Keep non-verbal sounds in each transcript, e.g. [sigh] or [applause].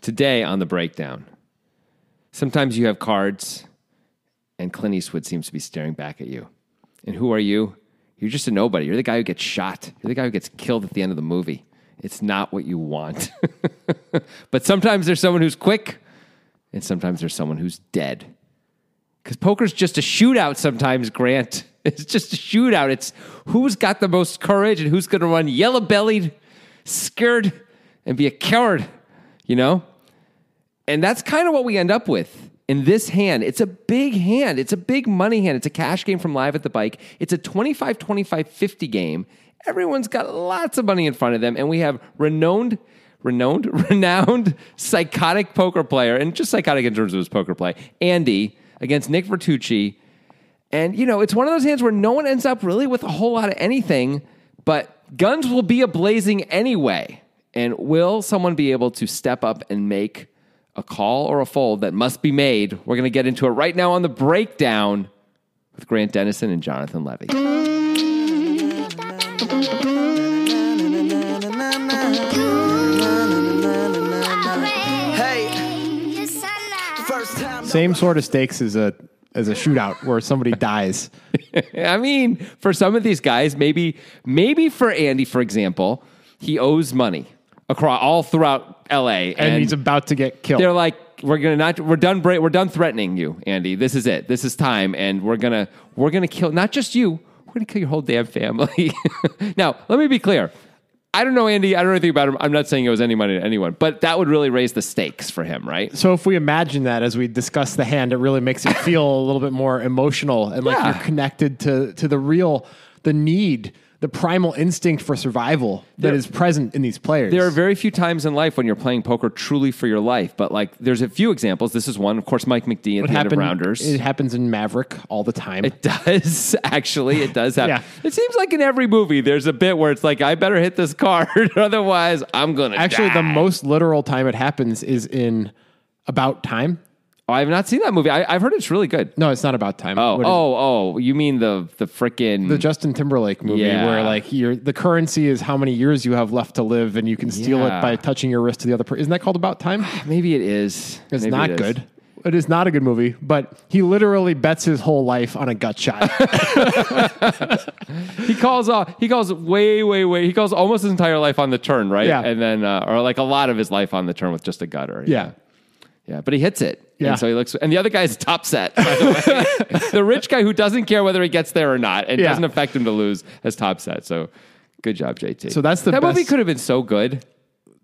Today on the breakdown, sometimes you have cards, and Clint Eastwood seems to be staring back at you. And who are you? You're just a nobody. You're the guy who gets shot. You're the guy who gets killed at the end of the movie. It's not what you want. [laughs] but sometimes there's someone who's quick, and sometimes there's someone who's dead. Because poker's just a shootout sometimes, Grant. [laughs] It's just a shootout. It's who's got the most courage and who's going to run yellow bellied, scared, and be a coward, you know? And that's kind of what we end up with in this hand. It's a big hand. It's a big money hand. It's a cash game from Live at the Bike. It's a 25 25 50 game. Everyone's got lots of money in front of them. And we have renowned, renowned, [laughs] renowned psychotic poker player, and just psychotic in terms of his poker play, Andy against Nick Vertucci. And, you know, it's one of those hands where no one ends up really with a whole lot of anything, but guns will be ablazing anyway. And will someone be able to step up and make a call or a fold that must be made? We're going to get into it right now on the breakdown with Grant Dennison and Jonathan Levy. First time. Same sort of stakes as a as a shootout where somebody dies. I mean, for some of these guys, maybe maybe for Andy, for example, he owes money across all throughout LA [laughs] and, he's about to get killed. they're like we're gonna not we're done bra- we're done threatening you andy this is it this is time and we're gonna we're gonna kill not just you we're gonna kill your whole damn family [laughs] now let me be clear i don't know andy i don't know anything about him i'm not saying it was any money to anyone but that would really raise the stakes for him right so if we imagine that as we discuss the hand, it really makes it feel a little bit more emotional and like Yeah. you're connected to to the real the need, the primal instinct for survival that There- is present in these players. There are very few times in life when you're playing poker truly for your life, but like there's a few examples. This is one, of course, Mike McD at It the end of happen- Rounders. It happens in Maverick all the time. It does [laughs] actually. It does happen. Yeah. It seems like in every movie, there's a bit where it's like, I better hit this card, [laughs] otherwise I'm gonna Actually, die. the most literal time it happens is in About Time. Oh, I've not seen that movie. I, I've heard it's really good. No, it's not About Time. Oh, What is it? oh, oh! You mean the the frickin' the Justin Timberlake movie Yeah. where like you're, the currency is how many years you have left to live and you can steal Yeah. it by touching your wrist to the other person. Isn't that called [sighs] About Time? maybe it is. It's Maybe not it is. good. It is not a good movie, but he literally bets his whole life on a gut shot. [laughs] He calls off. He calls way, way, way. He calls almost his entire life on the turn, right? Yeah. and then uh, or like a lot of his life on the turn with just a gutter. yeah. Yeah, but he hits it. Yeah. And so he looks, and the other guy's top set, by the [laughs] way. the rich guy who doesn't care whether he gets there or not and Yeah. doesn't affect him to lose as top set. So good job, JT. So that's the That movie best- could have been so good.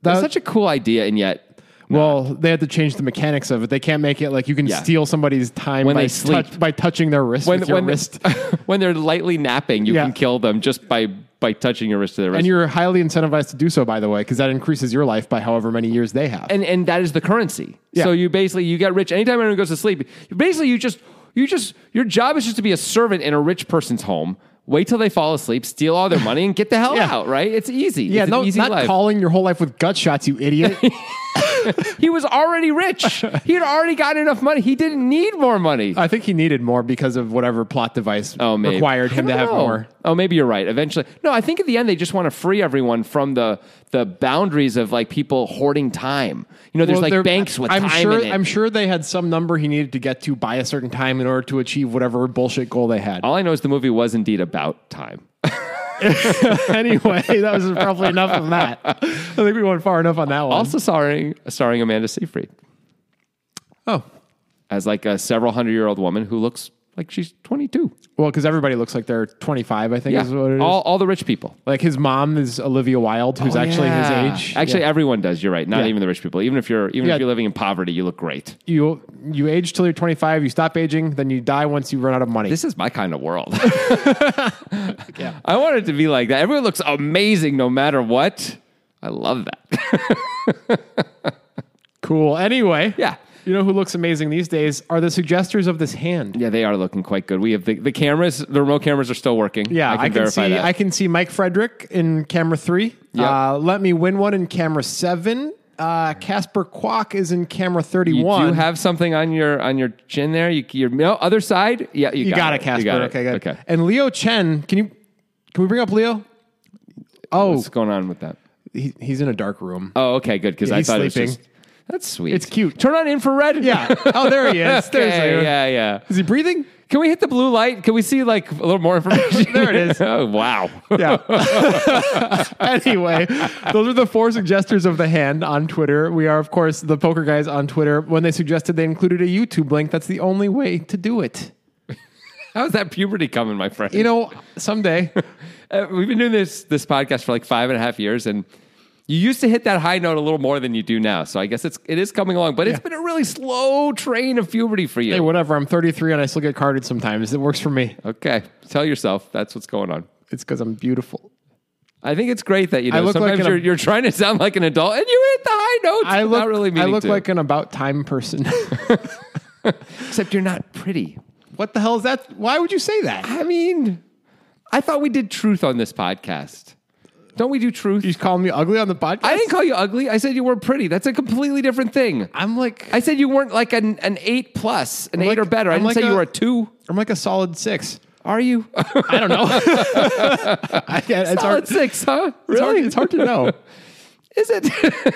That's That- such a cool idea, and yet Well, they had to change the mechanics of it. They can't make it like you can Yeah. steal somebody's time When by, they sleep. touch- by touching their wrist when with your when, wrist. [laughs] when they're lightly napping, you Yeah. can kill them just by by touching your wrist to their wrist. and you're highly incentivized to do so, by the way, because that increases your life by however many years they have. and and that is the currency. Yeah. So you basically you get rich anytime anyone goes to sleep. you- Basically, you just you just your job is just to be a servant in a rich person's home. Wait till they fall asleep, steal all their money, and get the hell Yeah. out. Right? It's easy. yeah, It's an no, easy not life. calling your whole life with gut shots, you [laughs] idiot. he was already rich. he had already gotten enough money. He didn't need more money. I think he needed more because of whatever plot device Oh, maybe. required him I to don't have know. more. Oh, maybe you're right. Eventually, no. I think at the end they just want to free everyone from the the boundaries of like people hoarding time. You know, there's Well, like there- banks with I'm time sure, in it. I'm sure they had some number he needed to get to by a certain time in order to achieve whatever bullshit goal they had. All I know is the movie was indeed about time. [laughs] anyway, that was probably enough of [laughs] that. I think we went far enough on that one. Also starring starring Amanda Seyfried oh, as like a several hundred year old woman who looks like she's 22. well, because everybody looks like they're 25. I think Yeah, is what it is. all all the rich people. like his mom is Olivia Wilde, who's actually Yeah. his age. Actually, Yeah. everyone does. You're right. Not Yeah. even the rich people. Even if you're even Yeah. if you're living in poverty, you look great. you you age till you're 25. You stop aging, then you die once you run out of money. This is my kind of [laughs] world. I want it to be like that. Everyone looks amazing no matter what. I love that. [laughs] cool. Anyway, Yeah. You know who looks amazing these days are the suggestors of this hand. Yeah, they are looking quite good. We have the, the cameras, the remote cameras are still working. Yeah, I can, verify see that. I can see Mike Frederick in camera three. Uh, let me win one in camera seven. Uh, Casper Quack is in camera You thirty-one. do have something on your on your chin there. You your no other side. Yeah, you, you got, it, You Casper. got it. Okay, good. Okay. And Leo Chen, can you can we bring up Leo? Oh, What's going on with that? he, he's in a dark room. Oh, okay, good because I he's thought it was sleeping. just That's sweet. It's cute. Turn on infrared. Yeah. Oh, there he is. [laughs] There's Okay, Leonard. yeah, yeah. Is he breathing? Can we hit the blue light? Can we see like a little more information? [laughs] There it [laughs] is. oh, wow. [laughs] Yeah. anyway, those are the four suggestors of the hand on Twitter. We are, of course, the poker guys on Twitter. When they suggested, they included a YouTube link. That's the only way to do it. How's that puberty coming, my friend? You know, someday. Uh, we've been doing this this podcast for like five and a half years, and you used to hit that high note a little more than you do now. So I guess it's it is coming along, but it's been a really slow train of puberty for you. Hey, whatever. I'm 33 and I still get carded sometimes. It works for me. okay, tell yourself that's what's going on. It's because I'm beautiful. I think it's great that you know look like sometimes an- you're, you're trying to sound like an adult and you hit the high notes. I without look, really I meaning look to. like an about time person. [laughs] except you're not pretty. what the hell is that? Why would you say that? I mean, I thought we did truth on this podcast. Don't we do truth? You calling me ugly on the podcast? I didn't call you ugly. I said you were pretty. That's a completely different thing. I'm like I said you weren't like an, an eight plus, an like- eight or better. I I'm didn't like say a- you were a two. I'm like a solid six. Are you? I don't know. I, [laughs] [laughs] it's Solid hard. six, huh? It's hard, Really? it's hard to know. Is it?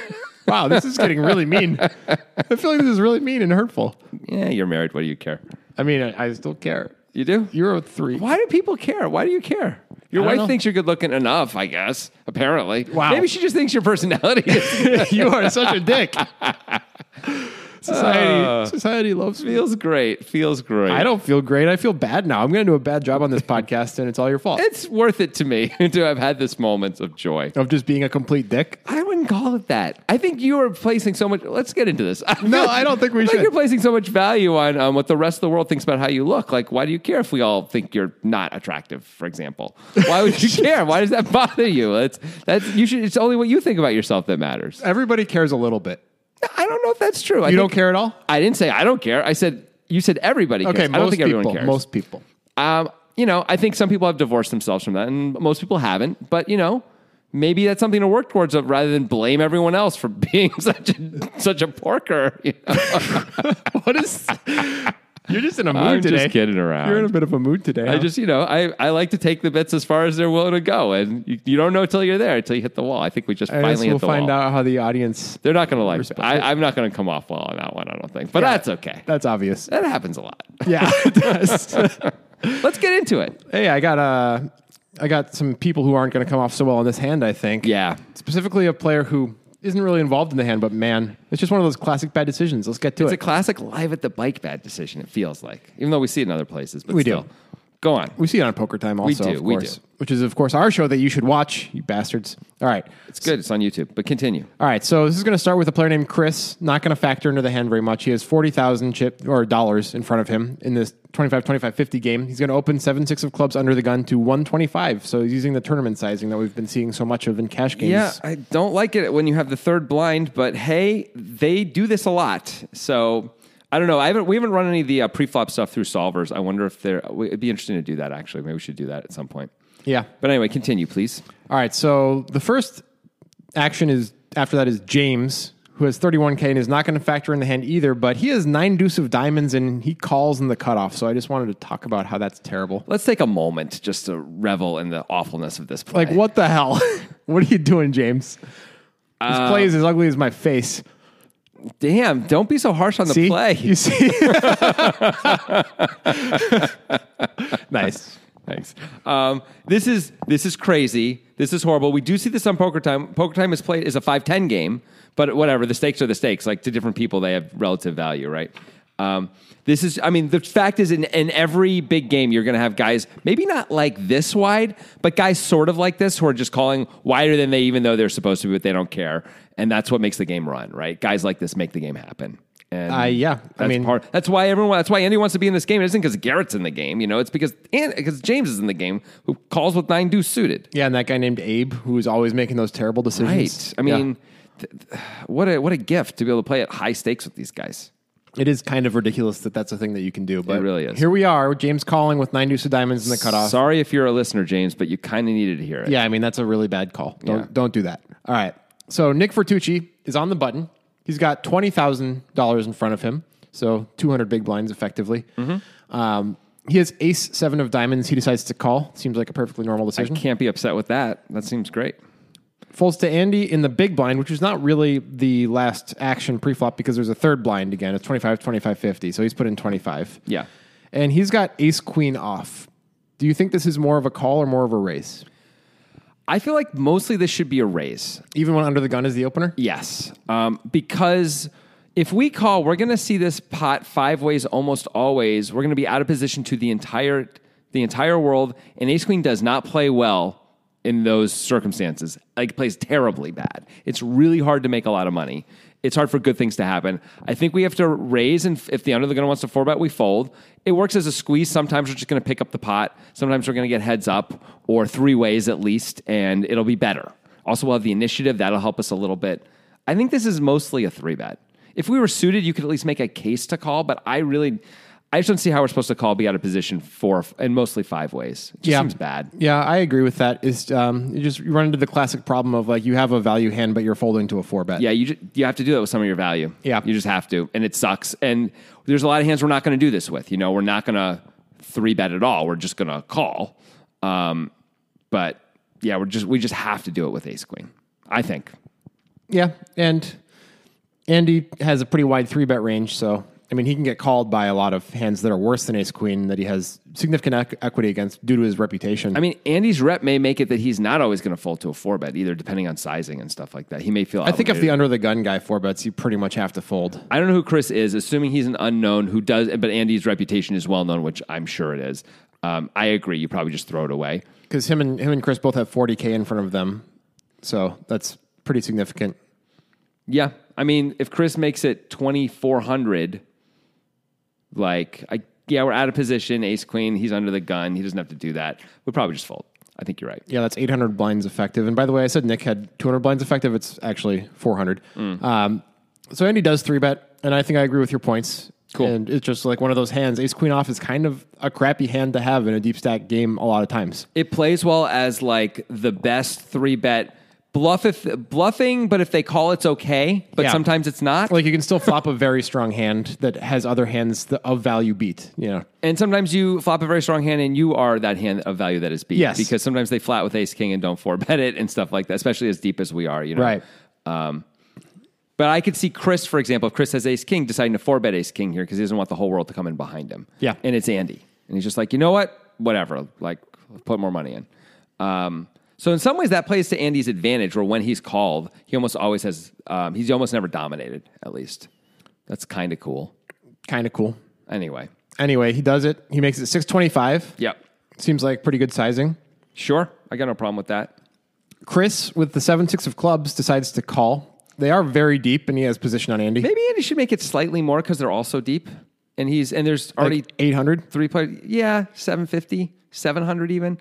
[laughs] Wow, this is getting really mean. I feel like this is really mean and hurtful. yeah, you're married. What do you care? I mean, I, I still care. You do? You're a three. Why do people care? Why do you care? Your I don't wife know. thinks you're good looking enough, I guess, apparently. Wow. Maybe she just thinks your personality [laughs] is, [laughs] you are such a [laughs] dick. society, society loves me. feels great. Feels great. I don't feel great. I feel bad now. I'm going to do a bad job on [laughs] this podcast, and it's all your fault. It's worth it to me [laughs] to have had this moment of joy. of just being a complete dick. I wouldn't call it that. I think you are placing so much. Let's get into this. [laughs] No, I don't think we Like should. you're placing so much value on um, what the rest of the world thinks about how you look. Like, why do you care if we all think you're not attractive? For example, why [laughs] would you care? Why does that bother you? It's that's you should. It's only what you think about yourself that matters. Everybody cares a little bit. I don't know if that's true. I You think- don't care at all? I didn't say I don't care. I said you said everybody. Cares. Okay, I don't most think people. everyone cares. Most people. Um, you know, I think some people have divorced themselves from that, and most people haven't. But you know, maybe that's something to work towards, of rather than blame everyone else for [laughs] being such a such a porker. [laughs] you know? [laughs] What is? [laughs] You're just in a mood I'm today. just kidding around. You're in a bit of a mood today. I huh? just, you know, I, I like to take the bits as far as they're willing to go, and you, you don't know till you're there, until you hit the wall. I think we just I guess finally we'll hit the find wall. out how the [laughs] audience. They're not going to like. Respect I, it. I'm not going to come off well on that one. I don't think, but that's okay. That's [laughs] obvious. That happens a lot. Yeah, it does. [laughs] Let's get into it. hey, I got uh, I got some people who aren't going to come off so well on this hand. I think. Yeah. Specifically, a player who isn't really involved in the hand, but man, it's just one of those classic bad decisions. Let's get to It's a it. classic live at the bike bad decision. It feels like, even though we see it in other places, but We do. still, go on. we see it on Poker Time also, do, of we do. course, which is of course our show that you should watch, you bastards. All right. It's good. It's on YouTube. But continue. All right, so this is going to start with a player named Chris. Not going to factor into the hand very much. He has 40,000 chip or dollars in front of him in this 25 25 50 game. He's going to open 7 6 of clubs under the gun to 125. So he's using the tournament sizing that we've been seeing so much of in cash games. Yeah, I don't like it when you have the third blind, but hey, they do this a lot. So I don't know. I haven't we haven't run any of the uh, preflop stuff through solvers. I wonder if they're. It'd be interesting to do that actually. Maybe we should do that at some point. Yeah. But anyway, continue, please. All right, so the first action is after that is James, who has 31K and is not going to factor in the hand either, but he has 9 deuce of diamonds and he calls in the cutoff. So I just wanted to talk about how that's terrible. Let's take a moment just to revel in the awfulness of this play. Like, what the hell? [laughs] what are you doing, James? This Uh, play is as ugly as my face. Damn! Don't be so harsh on the See? [laughs] play. You see? nice. Thanks. Um, this is this is crazy. This is horrible. We do see this on Poker Time. Poker Time is played is a five ten game, but whatever. The stakes are the stakes. Like to different people, they have relative value, right? Um, this is. I mean, the fact is, in, in every big game, you're going to have guys maybe not like this wide, but guys sort of like this who are just calling wider than they even though they're supposed to be, but they don't care, and that's what makes the game run, right? Guys like this make the game happen. And Uh, yeah. I that's mean- part. That's why everyone. That's why Andy wants to be in this game. It isn't because Garrett's in the game. You know, it's because and because James is in the game who calls with nine deuce suited. Yeah, and that guy named Abe, who is always making those terrible decisions. Right. I Yeah. mean, th- th- what a what a gift to be able to play at high stakes with these guys. it is kind of ridiculous that that's a thing that you can do. But really is. Here we are, with James calling with nine deuce of diamonds in the cutoff. Sorry if you're a listener, James, but you kind of needed to hear it. Yeah, I mean that's a really bad call. Don't Yeah. don't do that. All right. So Nick Fertucci is on the button. He's got twenty thousand dollars in front of him, so two hundred big blinds effectively. Mm-hmm. Um, he has Ace Seven of Diamonds. He decides to call. Seems like a perfectly normal decision. Can't be upset with that. That seems great. Folds to Andy in the big blind, which is not really the last action pre-flop because there's a third blind again. It's 25, 25, 50. So he's put in 25. Yeah. And he's got ace queen off. Do you think this is more of a call or more of a race? I feel like mostly this should be a raise. Even when under the gun is the opener? Yes, um, because if we call, we're going to see this pot five ways almost always. We're going to be out of position to the entire the entire world, and Ace Queen does not play well in those circumstances. Like plays terribly bad. It's really hard to make a lot of money. It's hard for good things to happen. I think we have to raise, and if the under the gun wants to four bet, we fold. It works as a squeeze. Sometimes we're just going to pick up the pot. Sometimes we're going to get heads up or three ways at least, and it'll be better. Also, we'll have the initiative. That'll help us a little bit. I think this is mostly a three bet. If we were suited, you could at least make a case to call, but I really, I just don't see how we're supposed to call, be out of position four and mostly five ways. It just seems bad. Yeah, I agree with that. Is um, you just you run into the classic problem of like you have a value hand, but you're folding to a four bet. Yeah, you ju- you have to do that with some of your value. Yeah. you just have to, and it sucks. And there's a lot of hands we're not going to do this with. You know, we're not going to three bet at all. We're just going to call. Um, but yeah, we're just we just have to do it with Ace Queen. I think. yeah, and Andy has a pretty wide three bet range, so I mean he can get called by a lot of hands that are worse than Ace Queen that he has significant equ- equity against due to his reputation. I mean, Andy's rep may make it that he's not always going to fold to a four bet either, depending on sizing and stuff like that. He may feel. I think if the under the gun guy four bets, you pretty much have to fold. I don't know who Chris is, assuming he's an unknown who does, but Andy's reputation is well known, which I'm sure it is. Um, I agree. You probably just throw it away. because him and him and Chris both have 40k in front of them, so that's pretty significant. Yeah. I mean, if Chris makes it 2,400, like, I, yeah, we're out of position. Ace Queen, he's under the gun. He doesn't have to do that. We probably just fold. I think you're right. Yeah, that's 800 blinds effective. And by the way, I said Nick had 200 blinds effective. It's actually 400. Um, so Andy does three bet, and I think I agree with your points. Cool. And it's just like one of those hands. Ace Queen off is kind of a crappy hand to have in a deep stack game a lot of times. It plays well as like the best three bet bluff if bluffing, but if they call, it's okay. But Yeah. sometimes it's not. Like you can still flop a very strong hand that has other hands that of value beat. You know, And sometimes you flop a very strong hand and you are that hand of value that is beat. Yes. Because sometimes they flat with ace king and don't four bet it and stuff like that, especially as deep as we are, you know. Right. Um, but I could see Chris, for example, if Chris has ace king, deciding to four bet ace king here because he doesn't want the whole world to come in behind him. Yeah. And it's Andy. And he's just like, you know what? Whatever. Like, put more money in. Um, so in some ways, that plays to Andy's advantage where when he's called, he almost always has, um, he's almost never dominated, at least. That's kind of cool. kind of cool. Anyway. Anyway, he does it. He makes it 625. Yep. Seems like pretty good sizing. Sure, I got no problem with that. Chris with the seven six of clubs decides to call. They are very deep, and he has position on Andy. Maybe Andy should make it slightly more because they're all so deep, and he's and there's already like eight hundred. three players. Yeah, 750, 700 even.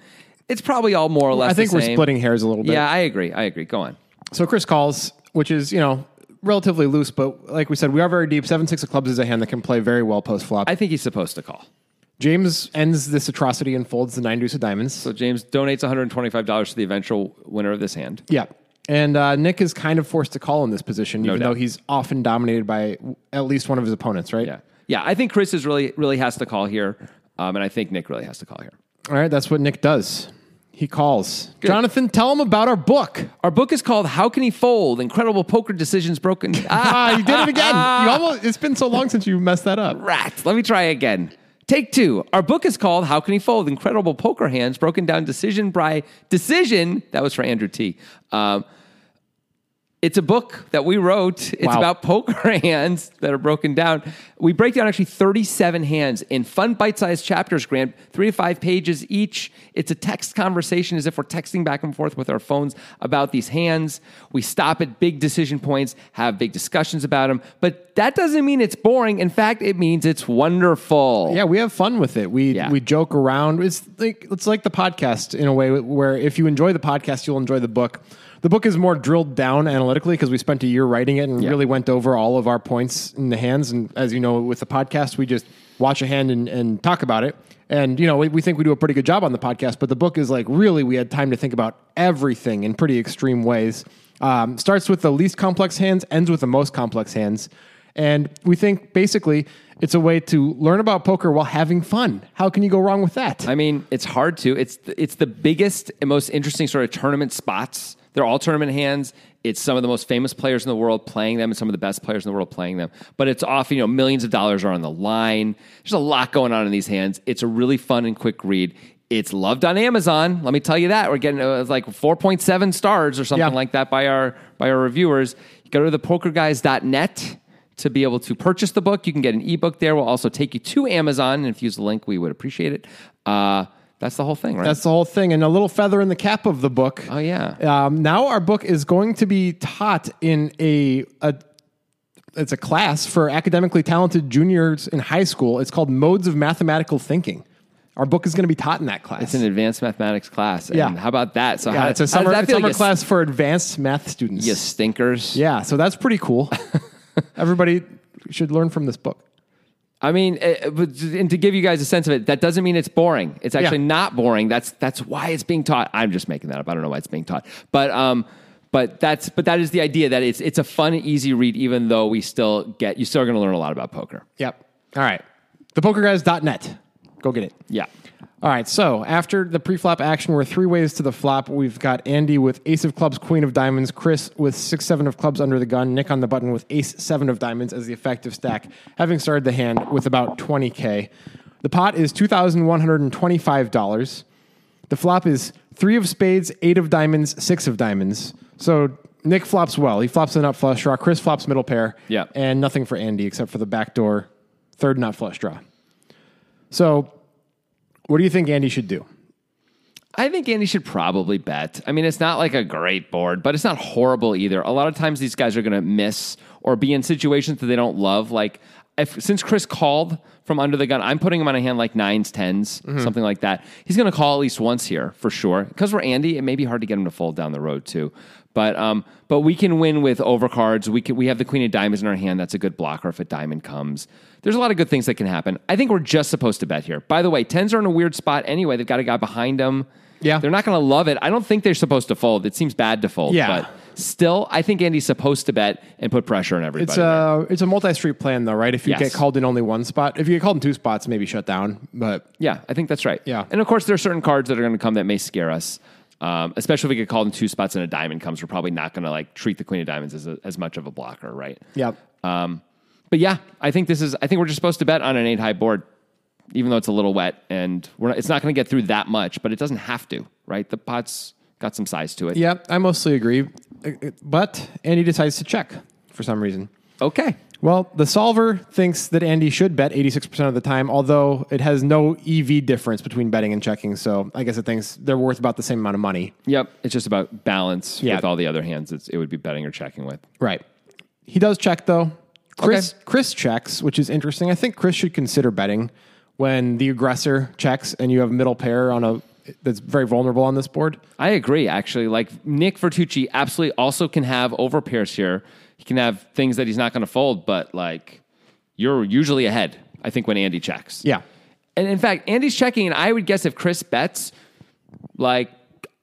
It's probably all more or less. I think the we're same. splitting hairs a little bit. Yeah, I agree. I agree. Go on. So Chris calls, which is you know relatively loose, but like we said, we are very deep. Seven six of clubs is a hand that can play very well post flop. I think he's supposed to call. James ends this atrocity and folds the nine deuce of diamonds. So James donates one hundred twenty five dollars to the eventual winner of this hand. yeah. And uh, Nick is kind of forced to call in this position, even doubt. though he's often dominated by w- at least one of his opponents, right? Yeah, yeah. I think Chris is really really has to call here, um, and I think Nick really has to call here. All right, that's what Nick does. He calls. Jonathan, tell him about our book. Our book is called "How Can He Fold: Incredible Poker Decisions [laughs] Broken." Ah, Ah, you did it again. You almost it's been so long since you messed that up. Rats. Let me try again. Take two. Our book is called How Can He Fold? Incredible Poker Hands, broken down decision by decision. That was for Andrew T. Um, it's a book that we wrote. It's Wow. about poker [laughs] hands that are broken down. We break down actually 37 hands in fun, bite sized chapters, Grant, three to five pages each. It's a text conversation as if we're texting back and forth with our phones about these hands. We stop at big decision points, have big discussions about them, but that doesn't mean it's boring. In fact, it means it's wonderful. Yeah, we have fun with it. We Yeah. we joke around. It's like it's like the podcast in a way where if you enjoy the podcast, you'll enjoy the book. The book is more drilled down analytically because we spent a year writing it and really went over all of our points in the hands. And as you know, with the podcast, we just watch a hand and, and talk about it. And you know, we, we think we do a pretty good job on the podcast, but the book is like really we had time to think about everything in pretty extreme ways. Um, starts with the least complex hands, ends with the most complex hands. And we think basically it's a way to learn about poker while having fun. How can you go wrong with that? I mean, it's hard to. It's th- it's the biggest and most interesting sort of tournament spots They're all tournament hands. It's some of the most famous players in the world playing them and some of the best players in the world playing them. But it's often, you know, millions of dollars are on the line. There's a lot going on in these hands. It's a really fun and quick read. It's loved on Amazon. Let me tell you that. We're getting uh, like 4.7 stars or something Yeah. like that by our by our reviewers. Go to thepokerguys.net to be able to purchase the book. You can get an ebook there. We'll also take you to Amazon. And if you use the link, we would appreciate it. Uh, that's the whole thing, right? That's the whole thing. And a little feather in the cap of the book. oh, yeah. Um, now our book is going to be taught in a, a it's a class for academically talented juniors in high school. It's called Modes of Mathematical Thinking. Our book is going to be taught in that class. It's an advanced mathematics class. And Yeah. How about that? So yeah, how, it's a how summer, does that it's feel summer you, class for advanced math students. You stinkers. Yeah, so that's pretty cool. Everybody should learn from this book. I mean, uh, but- and to give you guys a sense of it, that doesn't mean it's boring. It's actually Yeah. not boring. That's that's why it's being taught. I'm just making that up. I don't know why it's being taught, but um, but that's but that is the idea that it's it's a fun, easy read. Even though we still get, you still are going to learn a lot about poker. Yep. All right. Thepokerguys.net. Go get it. Yeah. All right. So after the pre-flop action, we're three ways to the flop. We've got Andy with Ace of Clubs, Queen of Diamonds, Chris with Six Seven of Clubs under the gun, Nick on the button with Ace Seven of Diamonds as the effective stack, having started the hand with about 20k. The pot is two thousand one hundred and twenty-five dollars. The flop is three of spades, eight of diamonds, six of diamonds. So Nick flops well. He flops the nut flush draw. Chris flops middle pair. Yeah. And nothing for Andy except for the backdoor third nut flush draw. So what do you think Andy should do? I think Andy should probably bet. I mean, it's not like a great board, but it's not horrible either. A lot of times these guys are going to miss or be in situations that they don't love. Like, if, since Chris called from under the gun, I'm putting him on a hand like nines, 10s something like that. He's going to call at least once here for sure. Because we're Andy, it may be hard to get him to fold down the road too. But um, but we can win with overcards. We can, we have the queen of diamonds in our hand. That's a good blocker if a diamond comes. There's a lot of good things that can happen. I think we're just supposed to bet here. By the way, tens are in a weird spot anyway. They've got a guy behind them. Yeah. They're not going to love it. I don't think they're supposed to fold. It seems bad to fold. Yeah. But still, I think Andy's supposed to bet and put pressure on everybody. It's uh, a it's a multi-street plan though, right? If you Yes. get called in only one spot, if you get called in two spots, maybe shut down. But yeah, I think that's right. Yeah. And of course, there are certain cards that are going to come that may scare us. Um, especially if we get called in two spots and a diamond comes, we're probably not going to like treat the queen of diamonds as, a, as much of a blocker, right? yeah, Um, but yeah, I think this is. I think we're just supposed to bet on an eight high board, even though it's a little wet and we're not, it's not going to get through that much. But it doesn't have to, right? The pot's got some size to it. yeah, I mostly agree. Uh, But Andy decides to check for some reason. Okay. Well, the solver thinks that Andy should bet 86% of the time, although it has no EV difference between betting and checking. So I guess it thinks they're worth about the same amount of money. Yep. It's just about balance Yeah. with all the other hands. It's, it would be betting or checking with. Right. He does check though. Chris Chris checks, which is interesting. I think Chris should consider betting when the aggressor checks and you have middle pair on a that's very vulnerable on this board. I agree, actually. Like Nick Vertucci absolutely also can have over pairs here. He can have things that he's not going to fold, but like you're usually ahead, I think, when Andy checks. Yeah. And in fact, Andy's checking, and I would guess if Chris bets, like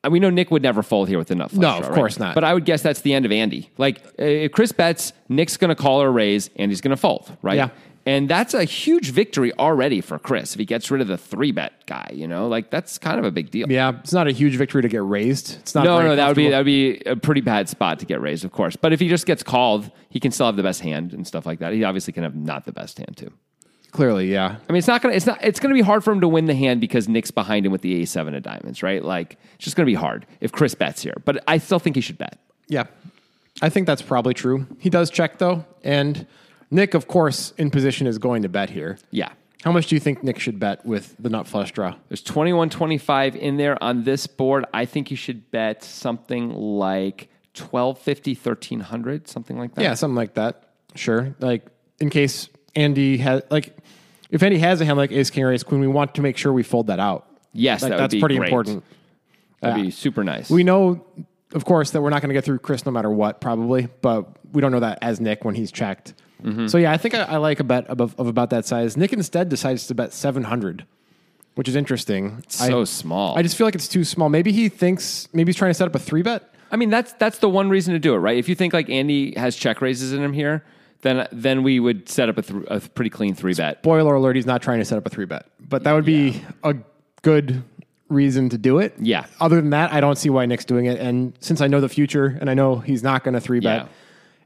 and we know Nick would never fold here with enough. flush No, of draw, right? course not. But I would guess that's the end of Andy. Like uh, if Chris bets, Nick's going to call or raise, Andy's going to fold, right? Yeah. And that's a huge victory already for Chris if he gets rid of the three bet guy. You know, like that's kind of a big deal. Yeah. It's not a huge victory to get raised. It's not No, very no, that would be comfortable. that would be a pretty bad spot to get raised, of course. But if he just gets called, he can still have the best hand and stuff like that. He obviously can have not the best hand too. clearly, yeah. I mean, it's not gonna it's not it's gonna be hard for him to win the hand because Nick's behind him with the A seven of diamonds, right? Like it's just gonna be hard if Chris bets here. But I still think he should bet. Yeah. I think that's probably true. He does check though, and Nick, of course, in position is going to bet here. Yeah. How much do you think Nick should bet with the nut flush draw? There's 21 25 in there on this board. I think you should bet something like 1250, 1300, something like that. Yeah, something like that. Sure. Like in case Andy has like if Andy has a hand like ace king or ace queen, we want to make sure we fold that out. Yes, Like that would that's be pretty great. important. That'd be super nice. We know of course that we're not going to get through Chris no matter what probably, but we don't know that as Nick when he's checked. Mm-hmm. So yeah, I think I, I like a bet above, of about that size. Nick instead decides to bet 700, which is interesting. so I, small. I just feel like it's too small. Maybe he thinks maybe he's trying to set up a 3 bet. I mean, that's that's the one reason to do it, right? If you think like Andy has check raises in him here, then then we would set up a, thr a pretty clean three bet. Spoiler alert, he's not trying to set up a 3 bet. But that would be a good reason to do it. Yeah. Other than that, I don't see why Nick's doing it. And since I know the future and I know he's not going to three bet, Yeah.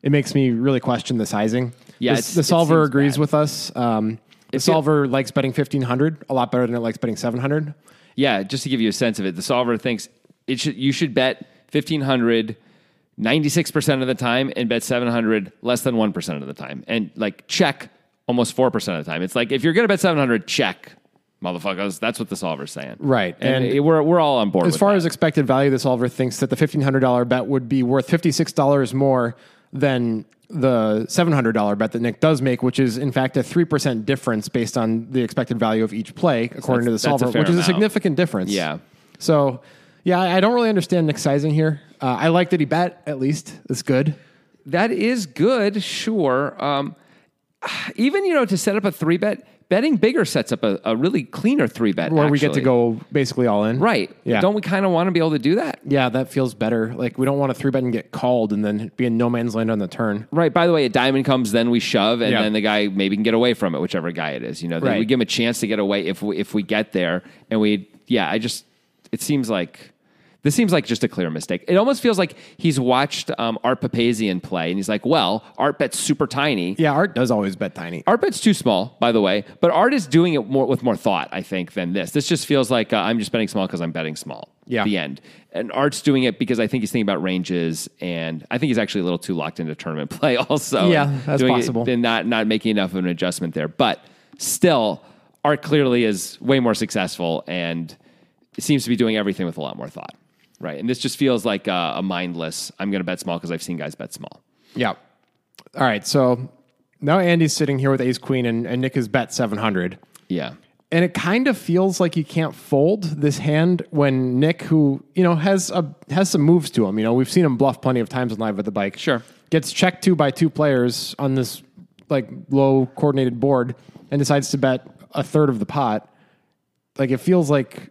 it makes me really question the sizing. Yeah, The, it's- the it solver seems agrees bad. with us. Um, the It feel- solver likes betting 1500 a lot better than it likes betting 700. Yeah, just to give you a sense of it, the solver thinks it should you should bet 1500 96% of the time and bet 700 less than 1% of the time and like check almost 4% of the time. It's like if you're going to bet 700 check motherfuckers, that's what the solver's saying. Right. And, And it- we're we're all on board As with far that. as expected value, the solver thinks that the $1,500 bet would be worth $56 more than the $700 bet that Nick does make, which is in fact a 3% difference based on the expected value of each play, according to the that's- that's a solver, fair which is a amount. significant difference. Yeah. So, yeah, I I don't really understand Nick's sizing here. Uh, I like that he bet, at least. That's good. That is good, sure. Um, even you know to set up a three bet, betting bigger sets up a, a really cleaner three bet Where we get to actually. go basically all in. right. Yeah. Don't we kind of want to be able to do that? yeah, that feels better. Like, we don't want to three bet and get called and then be in no man's land on the turn. Right. By the way, a diamond comes, then we shove, and Yeah. then the guy maybe can get away from it, whichever guy it is. You know, Right. we give him a chance to get away if we, if we get there, and we yeah. I just it seems like this seems like just a clear mistake. It almost feels like he's watched um, Art Papazian play, and he's like, well, Art bet's super tiny. Yeah, Art does always bet tiny. Art bet's too small, by the way, but Art is doing it more with more thought, I think, than this. This just feels like uh, I'm just betting small because I'm betting small. Yeah. The end. And Art's doing it because I think he's thinking about ranges, and I think he's actually a little too locked into tournament [laughs] play, also. Yeah, and that's doing it possible. And not not making enough of an adjustment there, but still, Art clearly is way more successful and seems to be doing everything with a lot more thought, right? And this just feels like uh, a mindless. I'm going to bet small because I've seen guys bet small. Yeah. All right. So now Andy's sitting here with ace queen and, and Nick has bet 700. Yeah. And it kind of feels like you can't fold this hand when Nick, who, you know, has a has some moves to him. You know, we've seen him bluff plenty of times on live with the bike. Sure. Gets checked to by two players on this like low coordinated board and decides to bet a third of the pot. Like it feels like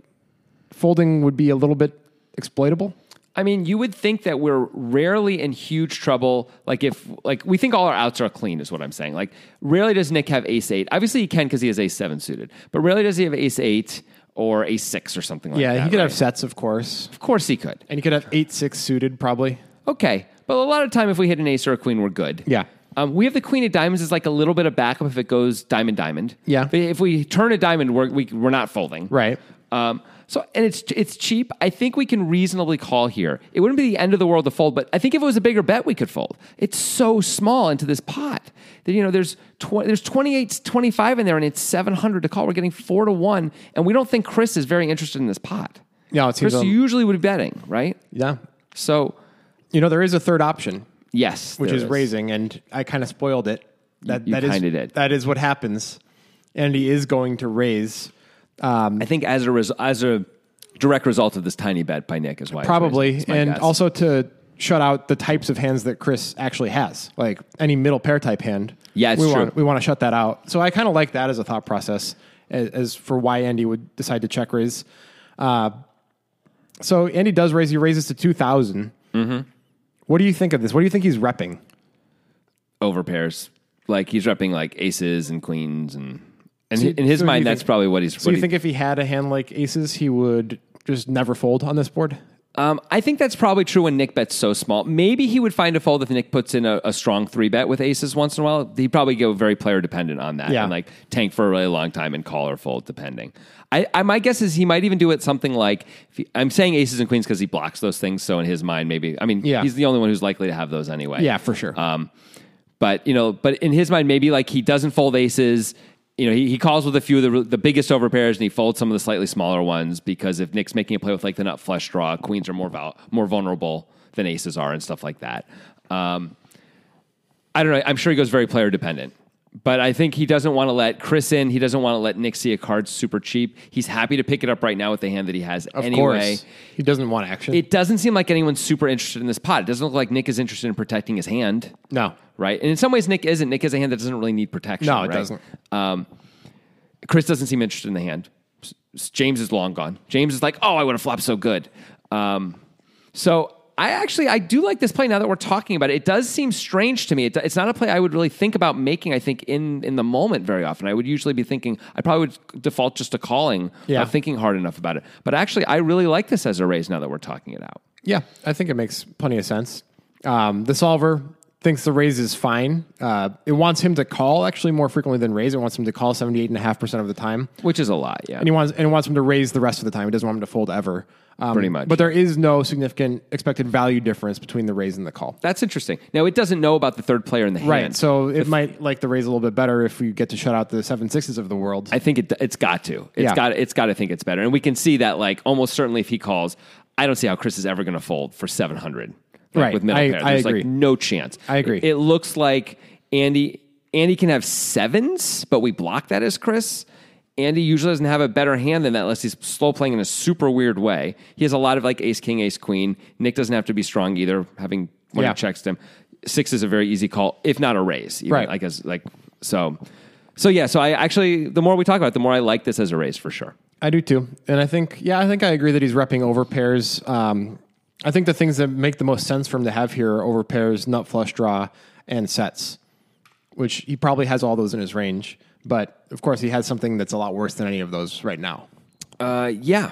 folding would be a little bit exploitable. I mean, you would think that we're rarely in huge trouble. Like if like we think all our outs are clean, is what I'm saying. Like rarely does Nick have ace eight. Obviously he can because he has ace seven suited, but rarely does he have ace eight or ace six or something like Yeah, that. he could right? have sets, of course. Of course he could. And he could have eight six suited probably. Okay. But a lot of time if we hit an ace or a queen, we're good. Yeah. Um, we have the queen of diamonds is like a little bit of backup if it goes diamond diamond. Yeah. But if we turn a diamond, we're we, we're not folding. Right. Um, so and it's it's cheap. I think we can reasonably call here. It wouldn't be the end of the world to fold, but I think if it was a bigger bet, we could fold. It's so small into this pot that you know there's tw- there's 28, 25 in there, and it's seven hundred to call. We're getting four to one, and we don't think Chris is very interested in this pot. Yeah, it seems Chris um, usually would be betting, right? yeah. So You know, there is a third option, yes, which there is, raising, and I kind of spoiled it. That you that is- kinda did. that is what happens. And he is going to raise I think as a res- as a direct result of this tiny bet by Nick is why it's raising. probably, It's my and guess. also to shut out the types of hands that Chris actually has, like any middle pair type hand. Yeah, it's we true. want we want to shut that out. So I kind of like that as a thought process, as, as for why Andy would decide to check raise. Uh, so Andy does raise. He raises to two Mm-hmm. What do you think of this? What do you think he's repping? over pairs. Like he's repping like aces and queens and and So you- in his so you mind think- that's probably what he's. So what you he- think if he had a hand like aces, he would just never fold on this board? um, I think that's probably true when Nick bets so small. Maybe he would find a fold if Nick puts in a, a strong three bet with aces once in a while. He'd probably go very player dependent on that Yeah. and like tank for a really long time and call or fold depending. I, I my guess is he might even do it something like if he, I'm saying aces and queens because he blocks those things. So in his mind, maybe I mean Yeah. he's the only one who's likely to have those anyway. Yeah, for sure. Um, but you know, but in his mind, maybe like he doesn't fold aces. You know, he, he calls with a few of the the biggest overpairs, and he folds some of the slightly smaller ones because if Nick's making a play with like the nut flush draw, queens are more vul- more vulnerable than aces are, and stuff like that. Um, I don't know. I'm sure he goes very player dependent. But I think he doesn't want to let Chris in. He doesn't want to let Nick see a card super cheap. He's happy to pick it up right now with the hand that he has Of anyway. course, he doesn't want action. It doesn't seem like anyone's super interested in this pot. It doesn't look like Nick is interested in protecting his hand no, right? And in some ways, Nick isn't. Nick has a hand that doesn't really need protection. No, it right? doesn't. Um, Chris doesn't seem interested in the hand. S- James is long gone. James is like, oh, I would have flopped so good. Um, so I actually I do like this play now that we're talking about it. It does seem strange to me. It, it's not a play I would really think about making. I think in in the moment very often. I would usually be thinking I probably would default just to calling, Yeah. not thinking hard enough about it. But actually, I really like this as a raise now that we're talking it out. Yeah, I think it makes plenty of sense. Um, the solver thinks the raise is fine. Uh, it wants him to call actually more frequently than raise. It wants him to call 78.5% of the time. Which is a lot, yeah. And he wants, and he wants him to raise the rest of the time. He doesn't want him to fold ever. Um, Pretty much. But there is no significant expected value difference between the raise and the call. That's interesting. Now it doesn't know about the third player in the Right. hand. So it might like the raise a little bit better if we get to shut out the seven sixes of the world. I think it, it's got to. It's Yeah. got. It's got to think it's better. And we can see that, like almost certainly, if he calls, I don't see how Chris is ever going to fold for seven hundred. Like, Right. With middle I- pair, I there's agree. like no chance. I agree. It, it looks like Andy. Andy can have sevens, but we block that as Chris. Andy usually doesn't have a better hand than that unless he's slow playing in a super weird way. He has a lot of like ace king, ace queen. Nick doesn't have to be strong either, having when Yeah. he checks him. Six is a very easy call, if not a raise. Even, Right. Like as like so. So yeah, so I actually the more we talk about it, the more I like this as a raise for sure. I do too, and I think yeah, I think I agree that he's repping over pairs. Um, I think the things that make the most sense for him to have here are over pairs, nut flush draw, and sets, which he probably has all those in his range. But of course, he has something that's a lot worse than any of those right now. Uh, yeah.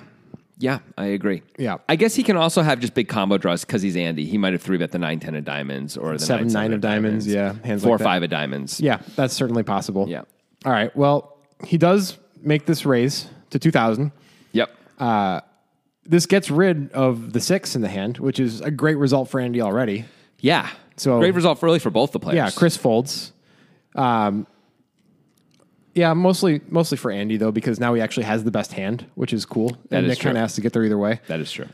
Yeah, I agree. Yeah. I guess he can also have just big combo draws because he's Andy. He might have three bet the nine ten of diamonds or the Seven, nine of diamonds, yeah, hands four like that. five of diamonds. Yeah, that's certainly possible. Yeah. All right. Well, he does make this raise to two thousand. Yep. This gets rid of the six in the hand, which is a great result for Andy already. Yeah. So- great result for really for both the players. Yeah, Chris folds. Um, yeah, mostly mostly for Andy though, because now he actually has the best hand, which is cool. and is Nick kind true. of has to get there either way. That is true.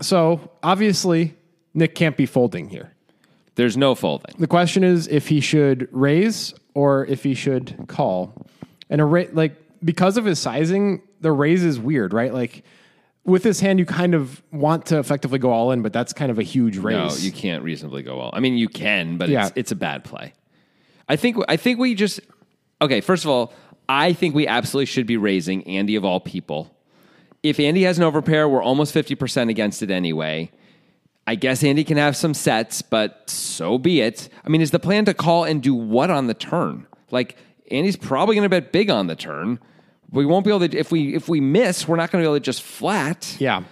So obviously, Nick can't be folding here. There's no folding. The question is if he should raise or if he should call. And a ra- like because of his sizing, the raise is weird, right? Like with this hand, you kind of want to effectively go all in, but that's kind of a huge No, raise. you can't reasonably go well. I mean, you can, but it's, Yeah. it's a bad play. I think I think we just okay. First of all, I think we absolutely should be raising Andy of all people. If Andy has an overpair, we're almost fifty percent against it anyway. I guess Andy can have some sets, but so be it. I mean, is the plan to call and do what on the turn? Like Andy's probably going to bet big on the turn. We won't be able to if we if we miss, we're not going to be able to just flat. Yeah.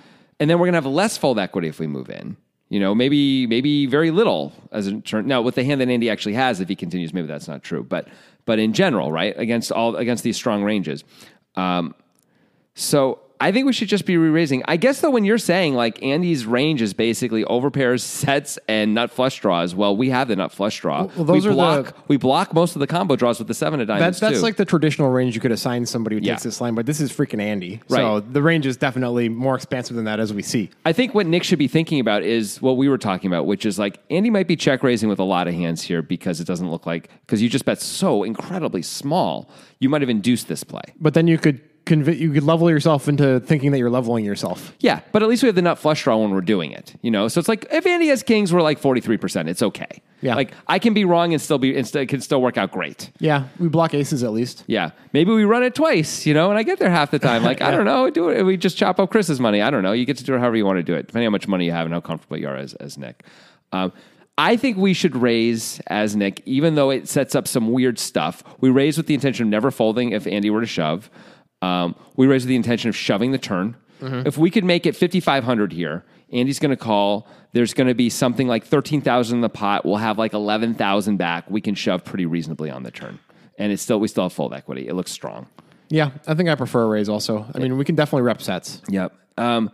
and then we're going to have less fold equity if we move in. You know, maybe maybe very little as a turn. Now with the hand that Andy actually has, if he continues, maybe that's not true. But but in general, right against all against these strong ranges, um, so I think we should just be re-raising. I guess though, when you're saying like Andy's range is basically overpairs, sets, and nut flush draws, well, we have the nut flush draw. well, those we are the- block we block most of the combo draws with the seven of That's diamonds. that's too. like the traditional range you could assign somebody who Yeah. takes this line, but this is freaking Andy. So Right. the range is definitely more expansive than that, as we see. I think what Nick should be thinking about is what we were talking about, which is like Andy might be check raising with a lot of hands here because it doesn't look like because you just bet so incredibly small. You might have induced this play. But then you could conv- you could level yourself into thinking that you're leveling yourself. Yeah, but at least we have the nut flush draw when we're doing it. You know, so it's like if Andy has kings, we're like forty three percent. It's okay. Yeah. like I can be wrong and still be and st- it can still work out great. Yeah, we block aces at least. Yeah, maybe we run it twice. You know, and I get there half the time. Like I don't know, do it. We just chop up Chris's money. I don't know. You get to do it however you want to do it, depending on how much money you have and how comfortable you are as as Nick. Um, I think we should raise as Nick, even though it sets up some weird stuff. We raise with the intention of never folding if Andy were to shove. Um, we raise with the intention of shoving the turn. If we could make it 5,500 here, Andy's going to call. There's going to be something like 13,000 in the pot. We'll have like 11,000 back. We can shove pretty reasonably on the turn. And it's still, we still have fold equity. It looks strong. Yeah, I think I prefer a raise also. I mean, we can definitely rep sets. Yep. Um,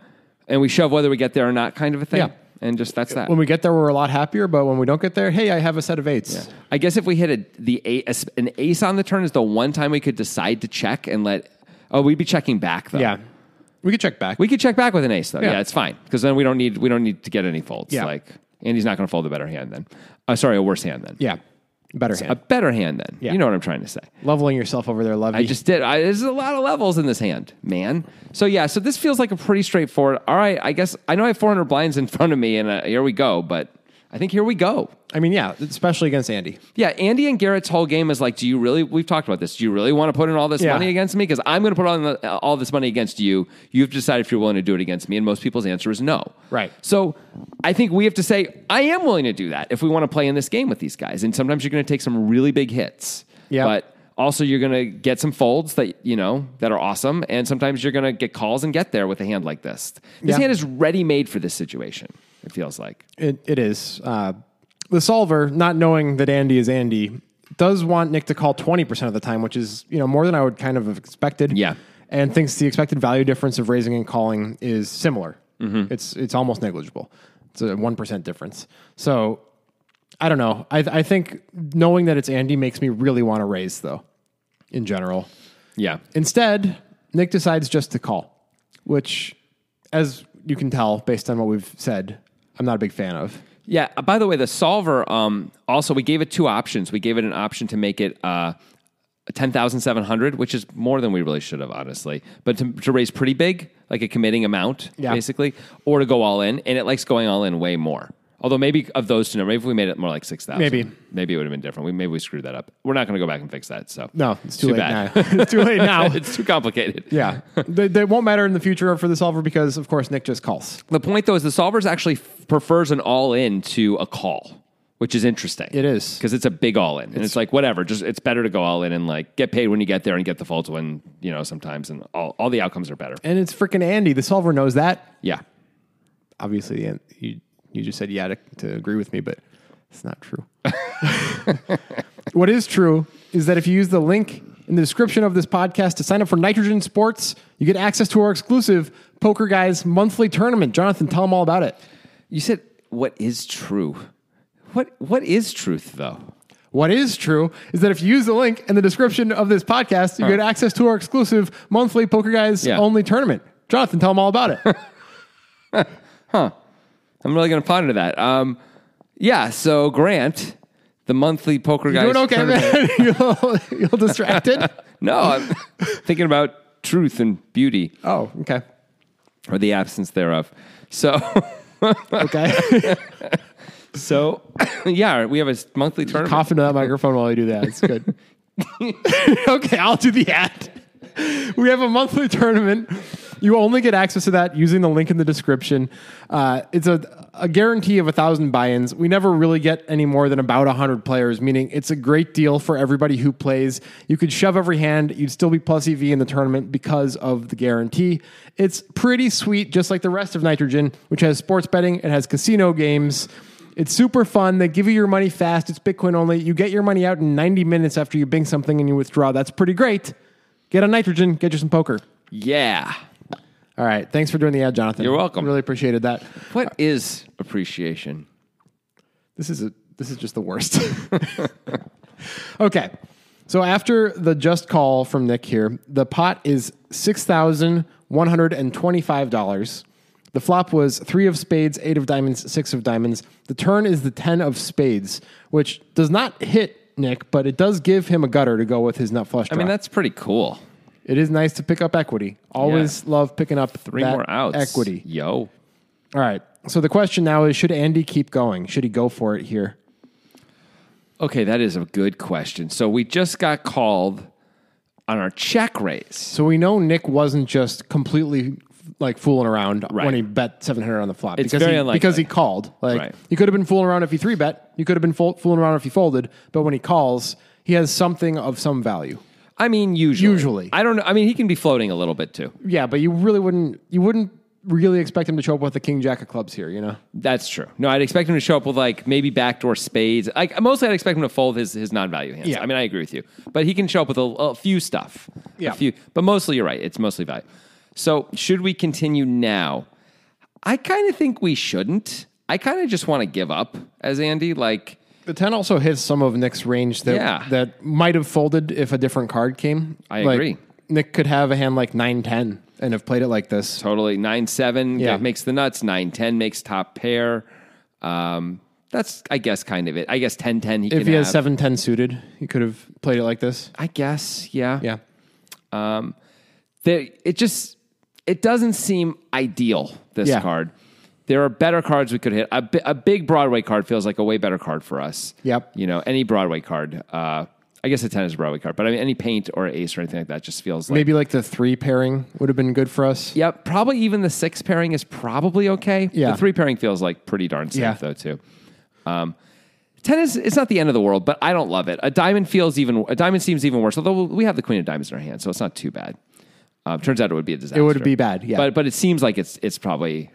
and we shove whether we get there or not, kind of a thing. Yeah. And just that's that. When we get there, we're a lot happier, but when we don't get there, hey, I have a set of eights. I guess if we hit a, the a, a, an ace on the turn is the one time we could decide to check and let. Oh, we'd be checking back though. Yeah. We could check back. We could check back with an ace though. Yeah. Yeah, it's fine because then we don't need we don't need to get any folds. Yeah. Like Andy's not going to fold a better hand then. Uh, sorry, a worse hand then. yeah. Better A hand. better hand then. Yeah. You know what I'm trying to say. Leveling yourself over there, Levy. I just did. I, there's a lot of levels in this hand, man. So yeah, so this feels like a pretty straightforward. All right, I guess I know I have 400 blinds in front of me, and uh, here we go. But I think here we go. I mean, yeah, especially against Andy. Yeah, Andy and Garrett's whole game is like, do you really? We've talked about this. Do you really want to put in all this Yeah. money against me? Because I'm going to put on the, all this money against you. You've decided if you're willing to do it against me, and most people's answer is no. Right. So I think we have to say, I am willing to do that if we want to play in this game with these guys. And sometimes you're going to take some really big hits. Yeah. But also you're going to get some folds that you know that are awesome, and sometimes you're going to get calls and get there with a hand like this. This Yeah. hand is ready made for this situation. It feels like. It, it is. Uh, the solver, not knowing that Andy is Andy, does want Nick to call 20% of the time, which is, you know, more than I would kind of have expected. Yeah. And thinks the expected value difference of raising and calling is similar. It's, it's almost negligible. It's a 1% difference. So I don't know. I, I think knowing that it's Andy makes me really want to raise, though, in general. Yeah. Instead, Nick decides just to call, which, as you can tell based on what we've said, I'm not a big fan of. Yeah. uh, By the way, the solver um, also we gave it two options. We gave it an option to make it uh, ten thousand seven hundred, which is more than we really should have, honestly. But to, to raise pretty big, like a committing amount, Yeah. basically, or to go all in, and it likes going all in way more. Although maybe of those two, maybe if we made it more like six thousand, Maybe. maybe it would have been different. We maybe we screwed that up. We're not going to go back and fix that. So No, it's too, late bad. [laughs] [laughs] now. it's too late now. it's too complicated. yeah. They, they won't matter in the future for the solver because, of course, Nick just calls. The point though is the solvers actually f- prefers an all in to a call, which is interesting. It is. because it's a big all in, and it's, like whatever. Just it's better to go all in and like get paid when you get there and get the faults when you know sometimes, and all all the outcomes are better. And it's freaking Andy. The solver knows that. Yeah, Obviously, and you, you just said yeah to, to agree with me, but it's not true. [laughs] what is true is that if you use the link in the description of this podcast to sign up for Nitrogen Sports, you get access to our exclusive Poker Guys monthly tournament. Jonathan, tell them all about it. you said what is true. What what is truth though? What is true is that if you use the link in the description of this podcast, you get access to our exclusive monthly Poker Guys Yeah. only tournament. Jonathan, tell them all about it. I'm really going to ponder that. Um, yeah. So Grant, the monthly poker guy. Doing okay, man? [laughs] you'll, you'll distracted? [laughs] No, [laughs] I'm thinking about truth and beauty, oh, okay. or the absence thereof. So. [laughs] Okay. So, yeah, we have a monthly tournament. Cough into that microphone while I do that. It's good. [laughs] okay, I'll do the ad. We have a monthly tournament. You only get access to that using the link in the description. Uh, it's a, a guarantee of a thousand buy-ins. We never really get any more than about a hundred players, meaning it's a great deal for everybody who plays. You could shove every hand; you'd still be plus EV in the tournament because of the guarantee. It's pretty sweet, just like the rest of Nitrogen, which has sports betting, it has casino games. It's super fun. They give you your money fast. It's Bitcoin only. You get your money out in 90 minutes after you bing something and you withdraw. That's pretty great. Get on nitrogen, get you some poker. Yeah. All right. Thanks for doing the ad, Jonathan. You're welcome. Really appreciated that. What is appreciation? This is a, this is just the worst. [laughs] okay. So after the just call from Nick here, the pot is $6,125. The flop was three of spades, eight of diamonds, six of diamonds. The turn is the 10 of spades, which does not hit Nick, but it does give him a gutter to go with his nut flush I draw. mean, that's pretty cool. it is nice to pick up equity. Always love picking up Three that more outs. equity. Yo. All right. So the question now is should Andy keep going? Should he go for it here? Okay, that is a good question. So we just got called on our check raise. So we know Nick wasn't just completely like fooling around Right. when he bet 700 on the flop It's because very he, unlikely. because he called. Like Right. he could have been fooling around if he three bet, you could have been fool- fooling around if he folded, but when he calls, he has something of some value. I mean, usually. Usually. I don't know. I mean, he can be floating a little bit too. Yeah, but you really wouldn't you wouldn't really expect him to show up with the king jack of clubs here, you know. That's true. No, I'd expect him to show up with like maybe backdoor spades. Like mostly, I'd expect him to fold his his non value hands. Yeah. I mean, I agree with you, but he can show up with a, a few stuff. Yeah. a few. But mostly, you're right. It's mostly value. So should we continue now? I kind of think we shouldn't. I kind of just want to give up as Andy. Like, The 10 also hits some of Nick's range that Yeah. that might have folded if a different card came. I Like, agree. Nick could have a hand like 9 10 and have played it like this. totally nine seven Yeah. makes the nuts nine ten makes top pair um that's i guess kind of it i guess ten ten he if can he has have. 7 10 suited, he could have played it like this. i guess yeah Yeah. there, it just it doesn't seem ideal this Yeah. card There are better cards we could hit. A, bi- a big Broadway card feels like a way better card for us. Yep. You know, any Broadway card. Uh, I guess a 10 is a Broadway card, but I mean, any paint or ace or anything like that just feels like. Maybe like the three pairing would have been good for us. Yep. Probably even the six pairing is probably okay. Yeah. The three pairing feels like pretty darn safe Yeah. though too. Um, ten is it's not the end of the world, but I don't love it. A diamond feels even a diamond seems even worse. Although we have the queen of diamonds in our hand, so it's not too bad. Um, turns out it would be a disaster. It would be bad, yeah. But but it seems like it's it's probably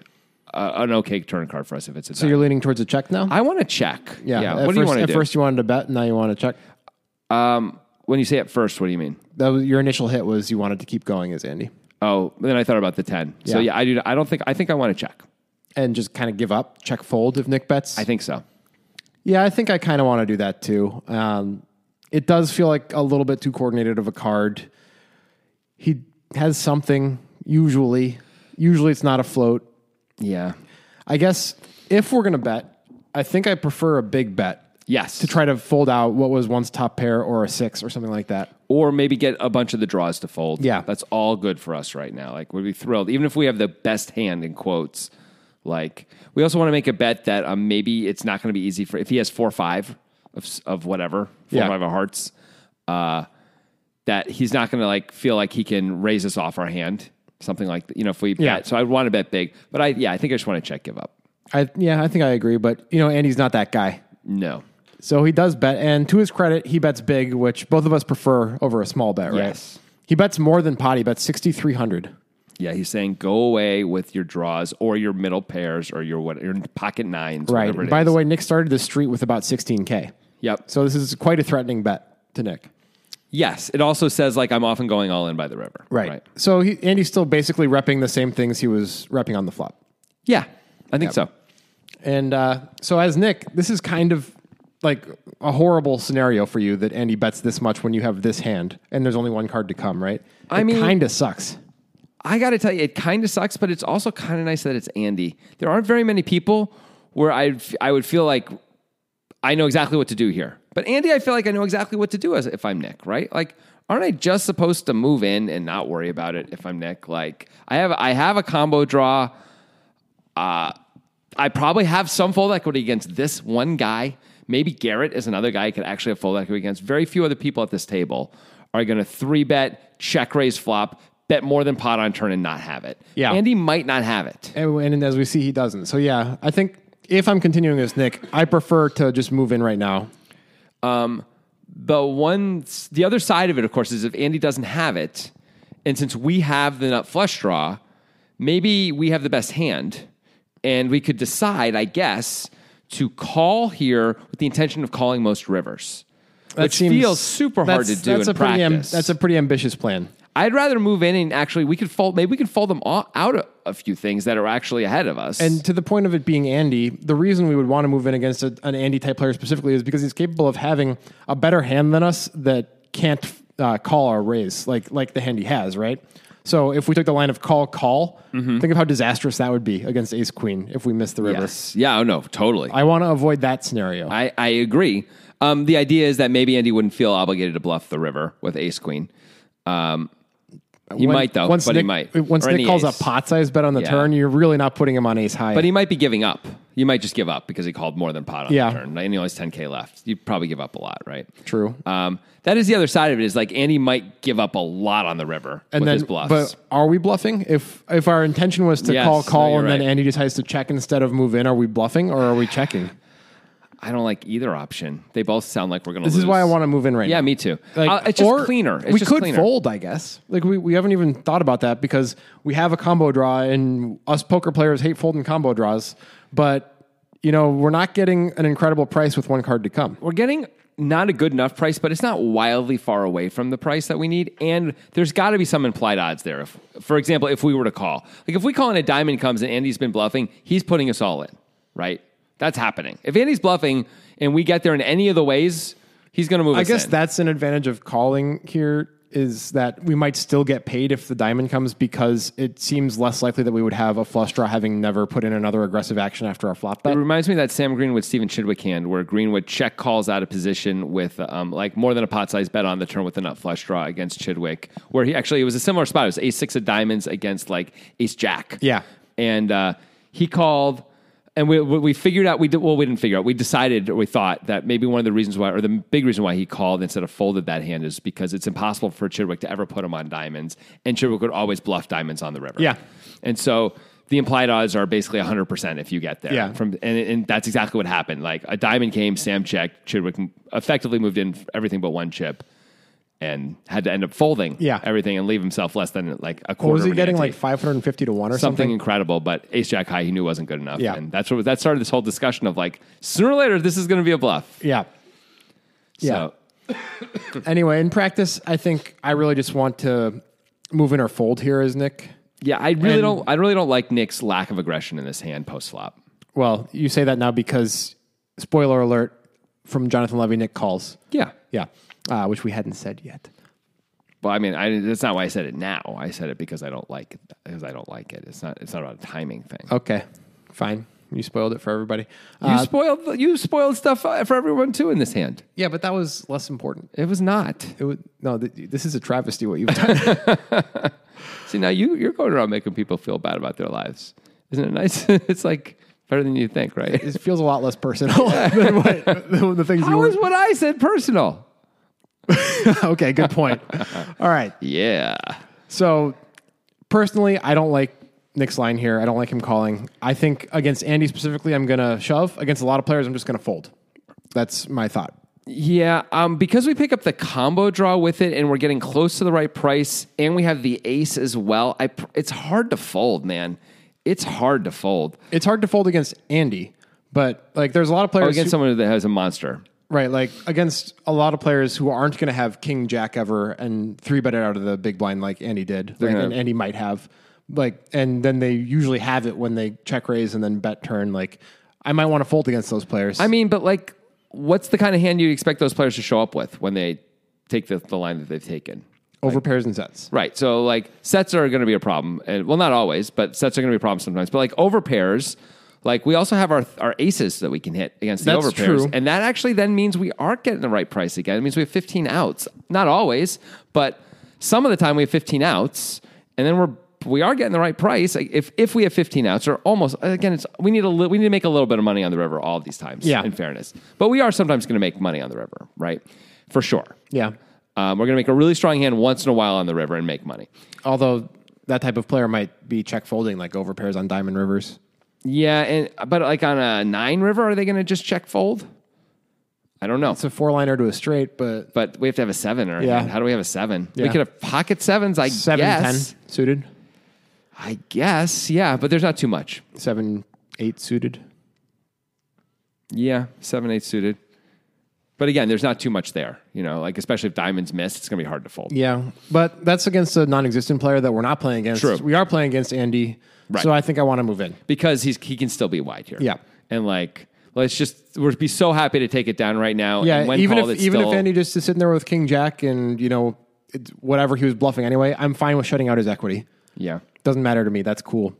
uh, an okay turn card for us if it's a. So you're leaning towards a check now? I want to check. at What do you first- want to At do? first you wanted to bet, now you want to check. when you say at first, what do you mean? That was, your initial hit was you wanted to keep going as Andy Oh, then I thought about the ten. So Yeah. yeah, I do. I don't think I think I want to check. and just kind of give up, check fold if Nick bets. I think so. yeah, I think I kind of want to do that too. Um, it does feel like a little bit too coordinated of a card. He has something usually. Usually it's not a float. Yeah. I guess if we're going to bet, I think I prefer a big bet Yes. to try to fold out what was once top pair or a six or something like that. or maybe get a bunch of the draws to fold. Yeah. That's all good for us right now. Like, we'd be thrilled. Even if we have the best hand in quotes, like, we also want to make a bet that um, maybe it's not going to be easy for, if he has four, five of, s- of whatever, four, Yeah. five of hearts, uh, that he's not going to like feel like he can raise us off our hand. Something like, that, you know, if we bet. Yeah. So I want to bet big. But I, yeah, I think I just want to check give up. I yeah, I think I agree, but you know, Andy's not that guy. No. So he does bet, and to his credit, he bets big, which both of us prefer over a small bet, right? Yes. He bets more than pot. He bets sixty three hundred. Yeah, he's saying go away with your draws or your middle pairs or your what your pocket nines. Right. Whatever it By the is. way, Nick started the street with about sixteen k. Yep. So this is quite a threatening bet to Nick. Yes, it also says like I'm often going all in by the river. So he, Andy's still basically repping the same things he was repping on the flop. Yeah, I think so. And uh, so, as Nick, this is kind of like a horrible scenario for you that Andy bets this much when you have this hand and there's only one card to come, right? I mean- kind of sucks. I got to tell you, it kind of sucks, but it's also kind of nice that it's Andy. There aren't very many people where I would f- I would feel like I know exactly what to do here. But Andy, I feel like I know exactly what to do as if I'm Nick, right? Like, aren't I just supposed to move in and not worry about it if I'm Nick? Like, I have I have a combo draw. Uh, I probably have some fold equity against this one guy. Maybe Garrett is another guy I could actually have fold equity against. Very few other people at this table are going to three bet, check raise flop, bet more than pot on turn and not have it. Yeah. Andy might not have it. And, and as we see, he doesn't. So, yeah, I think if I'm continuing as Nick, I prefer to just move in right now. the one the other side of it of course is if andy doesn't have it and since we have the nut flush draw maybe we have the best hand and we could decide i guess to call here with the intention of calling most rivers which feels super hard to that's- do That's in a pretty am- practice. that's a pretty ambitious plan. I'd rather move in and actually we could fold. Maybe we could fold them all out a, a few things that are actually ahead of us. And to the point of it being Andy, the reason we would want to move in against a, an Andy type player specifically is because he's capable of having a better hand than us that can't uh, call our raise like like the hand he has, right? So if we took the line of call call, think of how disastrous that would be against Ace Queen if we miss the river. yes, Mm-hmm. yeah, Uh, oh no, totally. I want to avoid that scenario. I, I agree. Um, the idea is that maybe Andy wouldn't feel obligated to bluff the river with ace queen. Um, he When- might though, Once but Nick, he might. Once Or Nick any calls ace. a pot size bet on the Yeah. turn, you're really not putting him on ace high. but he might be giving up. You might just give up because he called more than pot on Yeah. the turn, and he only has ten k left. You probably give up a lot, right? True. Um, that is the other side of it. Is like Andy might give up a lot on the river and with then, his bluffs. But are we bluffing? If if our intention was to Yes, call call no, you're and then right. Andy decides to check instead of move in, are we bluffing or are we checking? I don't like either option. They both sound like we're going to. This is why I want to move in right now. Yeah, me too. Like, Uh, it's just or cleaner. It's we just could cleaner. fold, I guess. Like we, we haven't even thought about that because we have a combo draw, and us poker players hate folding combo draws. But you know we're not getting an incredible price with one card to come. we're getting not a good enough price, but it's not wildly far away from the price that we need. And there's got to be some implied odds there. If, for example, if we were to call, like if we call and a diamond comes and Andy's been bluffing, he's putting us all in, right? That's happening. If Andy's bluffing and we get there in any of the ways, he's going to move I us guess in. that's an advantage of calling here is that we might still get paid if the diamond comes because it seems less likely that we would have a flush draw having never put in another aggressive action after our flop bet. It reminds me of that Sam Greenwood Stephen Chidwick hand where Greenwood check calls out of position with um, like more than a pot size bet on the turn with a nut flush draw against Chidwick, where he actually it was a similar spot. It was ace six of diamonds against like ace jack. Yeah. and uh, He called, and we, we we figured out, we did, well, we didn't figure out. We decided, or we thought that maybe one of the reasons why, or the big reason why he called instead of folded that hand is because it's impossible for Chidwick to ever put him on diamonds, and Chidwick would always bluff diamonds on the river. Yeah. And so the implied odds are basically 100% if you get there. Yeah. From and, and that's exactly what happened. Like a diamond came, Sam checked, Chidwick effectively moved in everything but one chip and had to end up folding Yeah. everything and leave himself less than like a quarter. What was he of an getting ante. like 550 to 1 or something, something? incredible, but ace jack high he knew wasn't good enough. Yeah. And that's what that started this whole discussion of like sooner or later this is going to be a bluff. Yeah. Yeah. So, Hmm. anyway, in practice, I think I really just want to move in or fold here as Nick. yeah, I really And- don't I really don't like Nick's lack of aggression in this hand post flop. Well, you say that now because spoiler alert from Jonathan Levy, Nick calls. Yeah. Yeah. Uh, which we hadn't said yet. Well, I mean, I, that's not why I said it now. I said it because I don't like it. Because I don't like it. It's not. It's not about a timing thing. Okay. Fine. You spoiled it for everybody. You Uh, spoiled. You spoiled stuff uh, for everyone too in this hand. yeah, but that was less important. It was not. It was, no, th- this is a travesty what you've done. See, now you you're going around making people feel bad about their lives. Isn't it nice? [laughs] it's like better than you think, right? it feels a lot less [laughs] personal than what, than the things you How were. is what I said personal? okay, good [laughs] point. All right. Yeah. So, personally, I don't like Nick's line here. I don't like him calling. I think against Andy specifically, I'm going to shove. Against a lot of players, I'm just going to fold. That's my thought. Yeah, um, because we pick up the combo draw with it, and we're getting close to the right price, and we have the ace as well. I, pr- it's hard to fold, man. It's hard to fold It's hard to fold against Andy, but like there's a lot of players against who, someone that has a monster. right, like against a lot of players who aren't going to have King Jack ever and three bet it out of the big blind like Andy did, like, gonna- and Andy might have, like, and then they usually have it when they check raise and then bet turn. Like, I might want to fold against those players. I mean, but like, what's the kind of hand you expect those players to show up with when they take the, the line that they've taken? over pairs and sets. Right. So like sets are going to be a problem, and well, not always, but sets are going to be a problem sometimes. But like over pairs, like we also have our our aces that we can hit against the That's over pairs, true. and that actually then means we aren't getting the right price again. It means we have 15 outs. Not always, but some of the time we have 15 outs, and then we're we are getting the right price Like, if if we have 15 outs or almost again. It's we need a li- we need to make a little bit of money on the river all these times. Yeah. In fairness, but we are sometimes going to make money on the river, right? For sure. Yeah. Um, we're going to make a really strong hand once in a while on the river and make money. Although that type of player might be check folding like over pairs on diamond rivers. Yeah, and but like on a nine river, are they going to just check fold? I don't know. It's a four liner to a straight, but but we have to have a seven or Yeah. how do we have a seven? We Yeah. could have pocket sevens, I seven ten guess. suited, I guess, yeah, but there's not too much. seven eight suited. Yeah, seven, eight suited. But again, there's not too much there, you know, like especially if diamonds miss, it's going to be hard to fold. Yeah, but that's against a non-existent player that we're not playing against. True. We are playing against Andy, Right. so I think I want to move in. because he's he can still be wide here. Yeah. and like let's just we'd be so happy to take it down right now. Yeah, and when even called, if it's even still- if Andy just is sitting there with King Jack and you know it's whatever he was bluffing anyway, I'm fine with shutting out his equity. yeah, Doesn't matter to me. That's cool.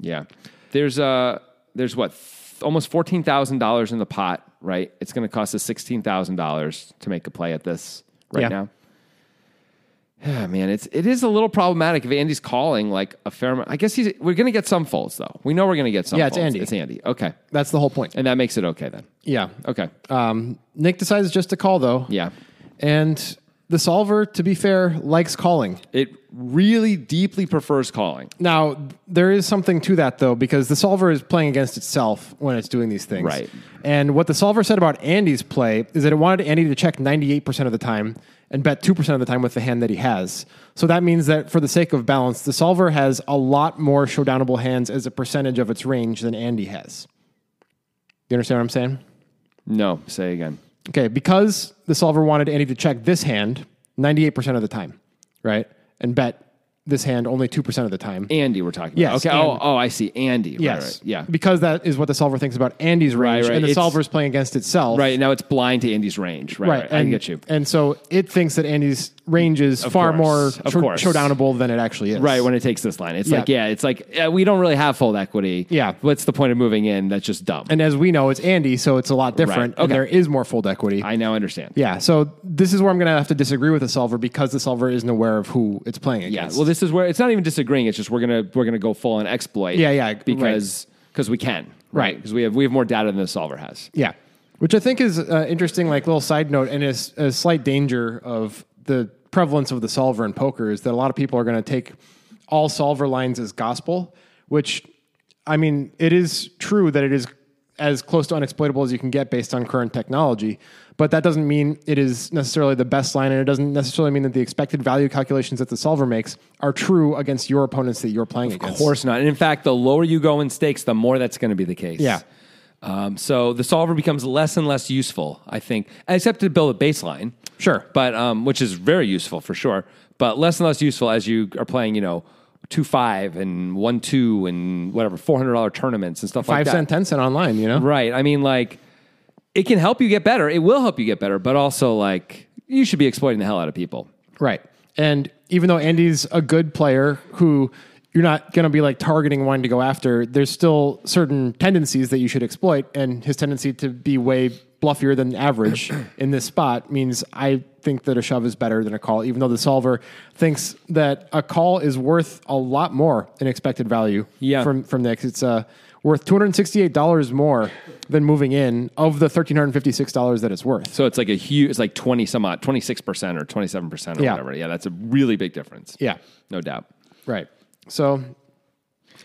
Yeah. There's uh there's what th- almost fourteen thousand dollars in the pot, right? It's gonna cost us sixteen thousand dollars to make a play at this right Yeah. now. Yeah, man, it's it is a little problematic if Andy's calling like a fair amount. I guess he's we're gonna get some folds though. We know we're gonna get some Yeah, it's folds. Andy. It's Andy. Okay. That's the whole point. And that makes it okay then. Yeah. Okay. Um, Nick decides just to call though. Yeah. And the solver, to be fair, likes calling. It really deeply prefers calling. Now, there is something to that though, because the solver is playing against itself when it's doing these things. Right. And what the solver said about Andy's play is that it wanted Andy to check 98% of the time and bet 2% of the time with the hand that he has. So that means that for the sake of balance, the solver has a lot more showdownable hands as a percentage of its range than Andy has. You understand what I'm saying? No, say again. Okay, because the solver wanted Andy to check this hand 98% of the time, right? And bet this hand only 2% of the time. Andy we're talking Yes, about. Okay. Oh, Andy. oh, I see. Andy. Right, yes. right. Yeah. Because that is what the solver thinks about Andy's range, right. and the It's- solver's playing against itself. Right. Now it's blind to Andy's range. Right. Right. right. And, I get you. And so it thinks that Andy's range is far course, more of show- course. showdownable than it actually is. Right when it takes this line, it's Yeah. like yeah, it's like uh, we don't really have fold equity. Yeah. what's the point of moving in? That's just dumb. and as we know, it's Andy, so it's a lot different. Okay. And there is more fold equity. I now understand. yeah. So this is where I'm going to have to disagree with the solver because the solver isn't aware of who it's playing yeah. against. Well, this is where it's not even disagreeing. It's just we're gonna we're gonna go full on exploit. Yeah, yeah, because because we can, Right. Because we have we have more data than the solver has. Yeah, which I think is uh, interesting. Like little side note, and is a slight danger of the prevalence of the solver in poker is that a lot of people are going to take all solver lines as gospel. Which, I mean, it is true that it is as close to unexploitable as you can get based on current technology, but that doesn't mean it is necessarily the best line, and it doesn't necessarily mean that the expected value calculations that the solver makes are true against your opponents that you're playing Of against. course not. And in fact, the lower you go in stakes, the more that's going to be the case. Yeah. Um, so the solver becomes less and less useful, I think, except to build a baseline. Sure. But um, which is very useful for sure, but less and less useful as you are playing, you know, two five and one two and whatever four hundred dollar tournaments and stuff like Five that. cent, ten cent online, you know. Right. I mean, like, it can help you get better. It will help you get better, but also, like, you should be exploiting the hell out of people. Right. And even though Andy's a good player who you're not going to be like targeting one to go after, there's still certain tendencies that you should exploit. And his tendency to be way bluffier than average in this spot means I think that a shove is better than a call, even though the solver thinks that a call is worth a lot more in expected value Yeah. from, from Nick. It's uh, worth $268 more than moving in of the $1,356 that it's worth. So it's like a huge, it's like 20 some odd, 26% or 27% or Yeah. whatever. Yeah, that's a really big difference. Yeah. No doubt. Right. So,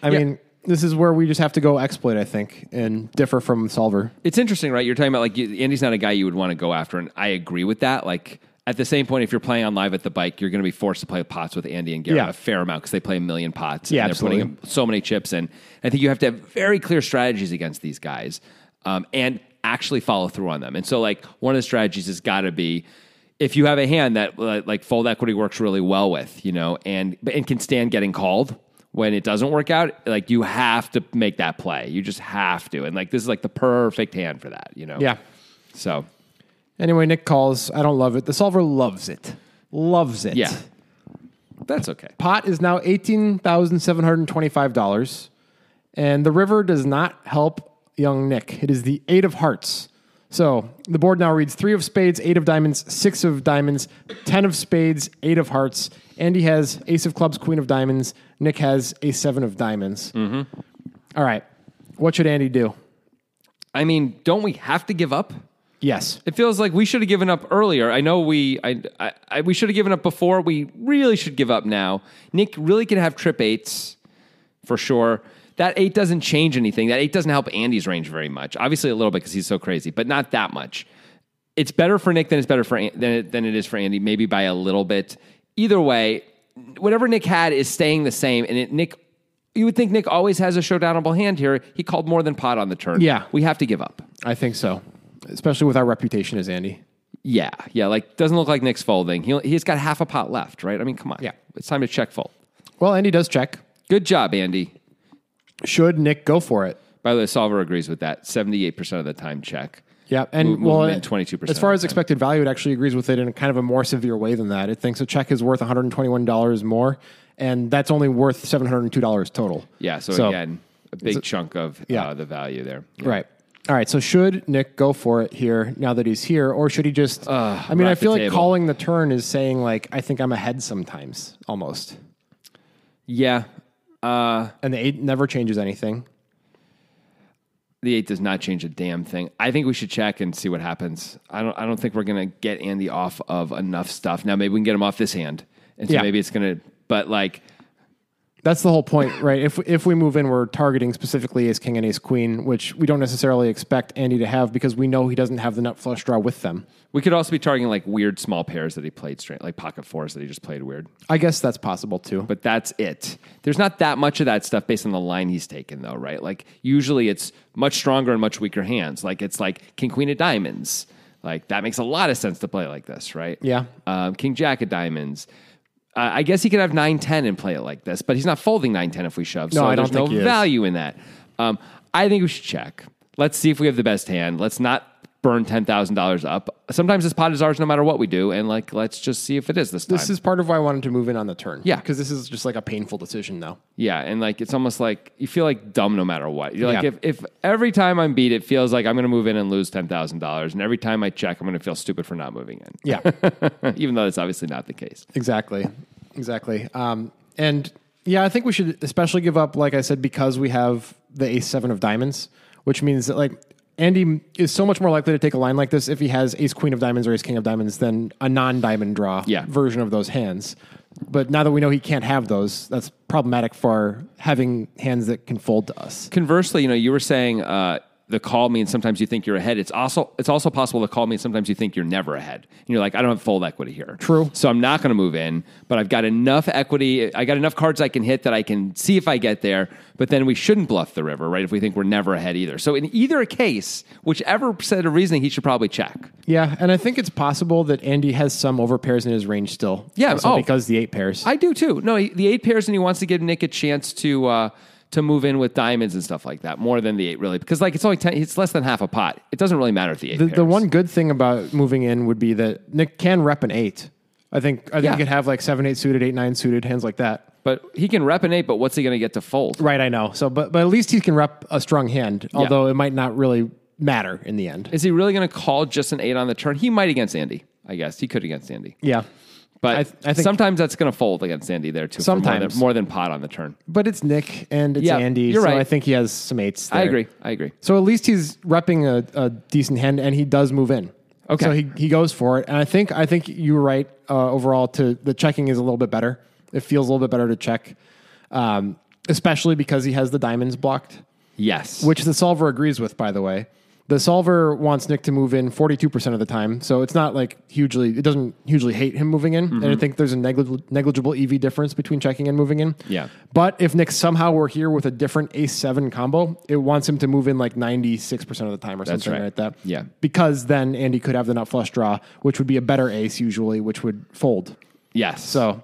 I mean, this is where we just have to go exploit, I think, and differ from solver. It's interesting, right? You're talking about, like, you, Andy's not a guy you would want to go after. And I agree with that. Like, at the same point, if you're playing on live at the bike, you're going to be forced to play pots with Andy and Garrett Yeah. a fair amount because they play a million pots. Yeah, and they're putting absolutely. so many chips in. I think you have to have very clear strategies against these guys um, and actually follow through on them. And so, like, one of the strategies has got to be if you have a hand that uh, like fold equity works really well with, you know, and but- and can stand getting called when it doesn't work out, like you have to make that play. You just have to. And like this is like the perfect hand for that, you know. Yeah. So, Anyway, Nick calls. I don't love it. The solver loves it. Loves it. yeah. That's okay. Pot is now $18,725. And the river does not help young Nick. It is the eight of hearts. So the board now reads three of spades, eight of diamonds, six of diamonds, ten of spades, eight of hearts. Andy has ace of clubs, queen of diamonds. Nick has a seven of diamonds. Mm-hmm. right. What should Andy do? I mean, don't we have to give up? Yes. It feels like we should have given up earlier. I know we I, I, I we should have given up before. We really should give up now. Nick really can have trip eights for sure. That eight doesn't change anything. That eight doesn't help Andy's range very much. Obviously, a little bit because he's so crazy, but not that much. It's better for Nick than it's better for An- than it, than it is for Andy, maybe by a little bit. Either way, whatever Nick had is staying the same, and it, Nick. You would think Nick always has a showdownable hand here. He called more than pot on the turn. Yeah. We have to give up. I think so. Especially with our reputation as Andy. Yeah, yeah. Like doesn't look like Nick's folding. He he's got half a pot left, right? I mean, come on. Yeah. it's time to check fold. Well, Andy does check. Good job, Andy. Should Nick go for it? By the way, Solver agrees with that. Seventy-eight percent of the time, check. Yeah, and Move- well, movement in 22% As far of as the time. expected value, it actually agrees with it in kind of a more severe way than that. It thinks a check is worth one hundred and twenty-one dollars more, and that's only worth seven hundred and two dollars total. Yeah. So, again, a big chunk of Yeah. uh, the value there. Yeah. right. All right. So should Nick go for it here now that he's here, or should he just? I mean, rock I feel the like table. calling the turn is saying like I think I'm ahead sometimes almost, Yeah. Uh, and the eight never changes anything. the eight does not change a damn thing. I think we should check and see what happens. I don't. I don't think we're gonna get Andy off of enough stuff. Now maybe we can get him off this hand, and so Yeah. maybe it's gonna. But like, That's the whole point, right? If if we move in, we're targeting specifically ace king and ace queen, which we don't necessarily expect Andy to have because we know he doesn't have the nut flush draw with them. we could also be targeting like weird small pairs that he played straight, like pocket fours that he just played weird. I guess that's possible too. but that's it. There's not that much of that stuff based on the line he's taken, though, right? Like usually it's much stronger and much weaker hands. Like it's like King Queen of Diamonds. Like that makes a lot of sense to play like this, right? Yeah. Um, King Jack of Diamonds. Uh, I guess he could have nine ten and play it like this, but he's not folding nine ten if we shove. so I there's don't think no he is. value in that. Um, I think we should check. Let's see if we have the best hand. Let's not burn ten thousand dollars up. Sometimes this pot is ours no matter what we do, and like let's just see if it is this time. This is part of why I wanted to move in on the turn. Yeah. Because this is just like a painful decision now. Yeah, and like it's almost like you feel like dumb no matter what. You're like Yeah. if, if every time I'm beat, it feels like I'm going to move in and lose ten thousand dollars, and every time I check, I'm going to feel stupid for not moving in. Yeah. [laughs] [laughs] even though that's obviously not the case. exactly. Exactly. Um, and yeah, I think we should especially give up, like I said, because we have the ace seven of diamonds, which means that like Andy is so much more likely to take a line like this if he has ace queen of diamonds or ace king of diamonds than a non diamond draw Yeah. version of those hands. But now that we know he can't have those, that's problematic for having hands that can fold to us. Conversely, you know, you were saying uh, the call means sometimes you think you're ahead. It's also it's also possible the call means sometimes you think you're never ahead. And you're like, I don't have full equity here. True. So I'm not going to move in, but I've got enough equity. I got enough cards I can hit that I can see if I get there. But then we shouldn't bluff the river, right? If we think we're never ahead either. So in either case, whichever set of reasoning, he should probably check. Yeah, and I think it's possible that Andy has some overpairs in his range still. Yeah, also oh. because the eight pairs. I do too. No, he- the eight pairs, and he wants to give Nick a chance to uh, to move in with diamonds and stuff like that. More than the eight, really, because like it's only ten. It's less than half a pot. It doesn't really matter if the eight. the, pairs. the one good thing about moving in would be that Nick can rep an eight. I think I think Yeah. you could have like seven eight suited, eight nine suited hands like that. But he can rep an eight, but what's he going to get to fold? Right, I know. So, but but at least he can rep a strong hand, although it might not really matter in the end. Is he really going to call just an eight on the turn? He might against Andy, I guess. He could against Andy. yeah, But I th- I think- sometimes that's going to fold against Andy there, too. for more than- Sometimes. More than, pot on the turn. but it's Nick and it's Yeah, Andy. you're so right. I think he has some eights. I there. agree. I agree. So at least he's repping a, a decent hand, and he does move in. Okay. So he, he goes for it, and I think I think you were right uh, overall. To the checking is a little bit better. It feels a little bit better to check, um, especially because he has the diamonds blocked, Yes. which the solver agrees with. By the way, the solver wants Nick to move in forty two percent of the time, so it's not like hugely. It doesn't hugely hate him moving in, and I Mm-hmm. think there's a negligible, negligible EV difference between checking and moving in. Yeah. But if Nick somehow were here with a different ace seven combo, it wants him to move in like 96% of the time or something right. like that. Yeah. Because then Andy could have the nut flush draw, which would be a better ace usually, which would fold. yes. So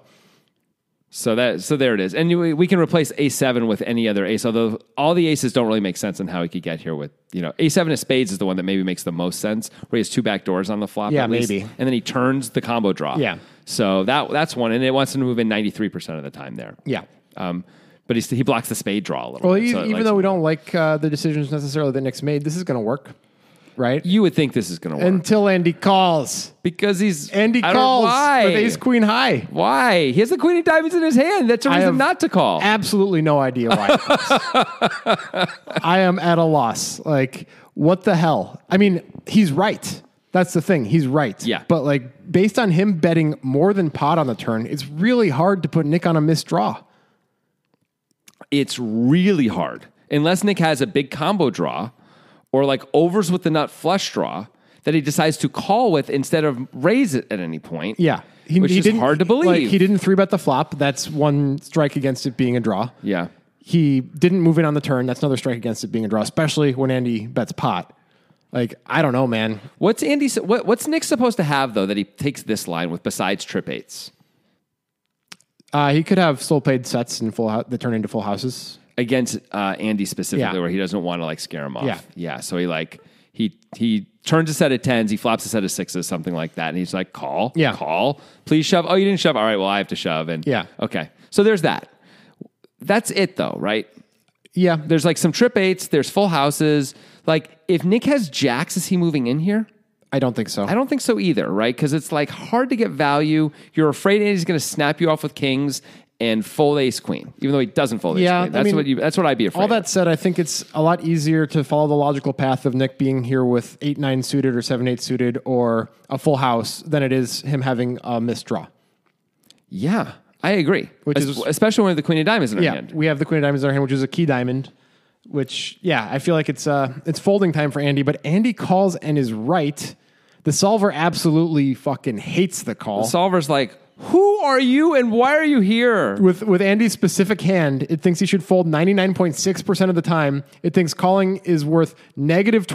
So that so there it is, and we, we can replace a seven with any other ace. Although all the aces don't really make sense in how he could get here with you know a seven of spades is the one that maybe makes the most sense, where he has two back doors on the flop. Yeah, at least, maybe. And then he turns the combo draw. Yeah. So that that's one, and it wants him to move in ninety three percent of the time there. Yeah. Um, but he's, he blocks the spade draw a little. well, bit, e- so it even likes- though we don't like uh, the decisions necessarily that Nick's made, this is going to work, right? you would think this is going to work Until Andy calls. because he's Andy I don't know calls why. with ace queen high. Why he has the queen of diamonds in his hand? That's a I reason have not to call. Absolutely no idea why. [laughs] I am at a loss. Like, what the hell? I mean, he's right. That's the thing. He's right. Yeah. But like, based on him betting more than pot on the turn, it's really hard to put Nick on a missed draw. it's really hard unless Nick has a big combo draw or like overs with the nut flush draw that he decides to call with instead of raise it at any point. Yeah. He, which he is hard to believe. Like, he didn't three bet the flop. That's one strike against it being a draw. yeah, He didn't move in on the turn. That's another strike against it being a draw, especially when Andy bets pot. Like, I don't know, man. what's Andy? What, what's Nick supposed to have though that he takes this line with besides trip eights? Uh, he could have slow played sets and full hou- that turn into full houses. against uh, Andy specifically, Yeah. where he doesn't want to like scare him off. Yeah. So he like he he turns a set of tens, he flops a set of sixes, something like that, and he's like, call, Yeah. call, please shove. Oh, you didn't shove. All right, well, I have to shove. And Yeah. okay. So there's that. That's it though, right? Yeah, There's like some trip eights. There's full houses. Like if Nick has jacks, is he moving in here? I don't think so. I don't think so either, right? Because it's like hard to get value. You're afraid Andy's going to snap you off with kings and full ace queen, even though he doesn't fold ace Yeah, queen. I That's mean, what you. That's what I'd be afraid. All of. that said, I think it's a lot easier to follow the logical path of Nick being here with eight nine suited or seven eight suited or a full house than it is him having a missed draw. Yeah, I agree. Which Which is- is especially when the queen of diamonds in her Yeah, hand. we have the queen of diamonds in our hand, which is a key diamond. Which, yeah, I feel like it's uh it's folding time for Andy, but Andy calls and is right. The solver absolutely fucking hates the call. Solver's like, "Who are you and why are you here?" with with Andy's specific hand, it thinks he should fold 99.6% of the time. It thinks calling is worth negative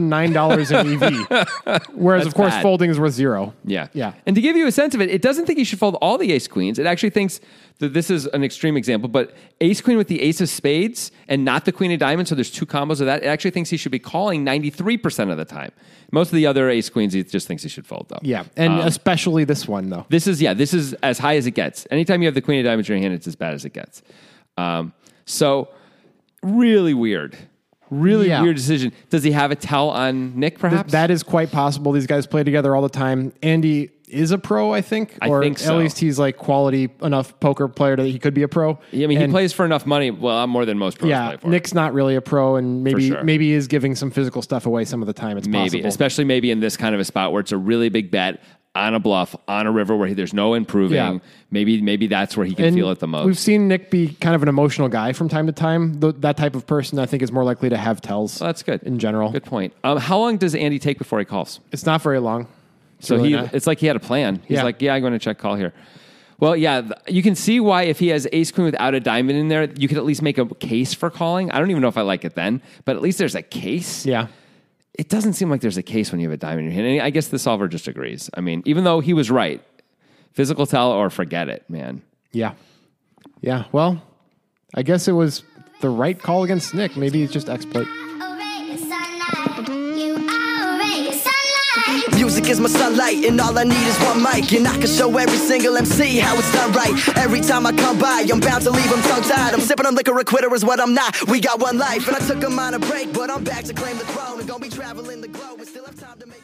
[laughs] $2,109 in EV. Whereas, of course, bad. folding is worth zero. Yeah. Yeah. And to give you a sense of it, it doesn't think you should fold all the ace queens. It actually thinks that this is an extreme example, but ace queen with the ace of spades and not the queen of diamonds. So there's two combos of that. It actually thinks he should be calling 93% of the time. Most of the other ace queens, he just thinks he should fold, though. Yeah. And especially this one, though. This is yeah. This is as high as it gets. Anytime you have the queen of diamonds in your hand, it's as bad as it gets. Um, so really weird, really Yeah. weird decision. Does he have a tell on Nick? Perhaps That is quite possible. These guys play together all the time. Andy is a pro, I think. I or think so. At least he's like quality enough poker player that he could be a pro. I mean, he And- plays for enough money. Well, more than most pros Yeah, play for. Nick's not really a pro, and maybe sure. maybe he is giving some physical stuff away some of the time. It's maybe, possible. especially maybe in this kind of a spot where it's a really big bet on a bluff on a river where he, there's no improving. Yeah. Maybe maybe that's where he can And feel it the We've most. seen Nick be kind of an emotional guy from time to time. Th- that type of person, I think, is more likely to have tells. Well, that's good in general. Good point. Um, how long does Andy take before he calls? It's not very long. It's So really he, not. it's like he had a plan. He's Yeah. like, yeah, I'm going to check call here. Well, yeah, th- you can see why if he has ace queen without a diamond in there, you could at least make a case for calling. I don't even know if I like it then, but at least there's a case. yeah, It doesn't seem like there's a case when you have a diamond in your hand. And I guess the solver just agrees. I mean, even though he was right, physical tell or forget it, man. yeah, yeah. Well, I guess it was the right call against Nick. Maybe he's just exploit. Music is my sunlight, and all I need is one mic. And I can show every single MC how it's done right. Every time I come by, I'm bound to leave them tongue tied. I'm sipping on liquor, a quitter is what I'm not. We got one life, and I took 'em on a break, but I'm back to claim the throne. And gonna be traveling the globe, and still have time to make.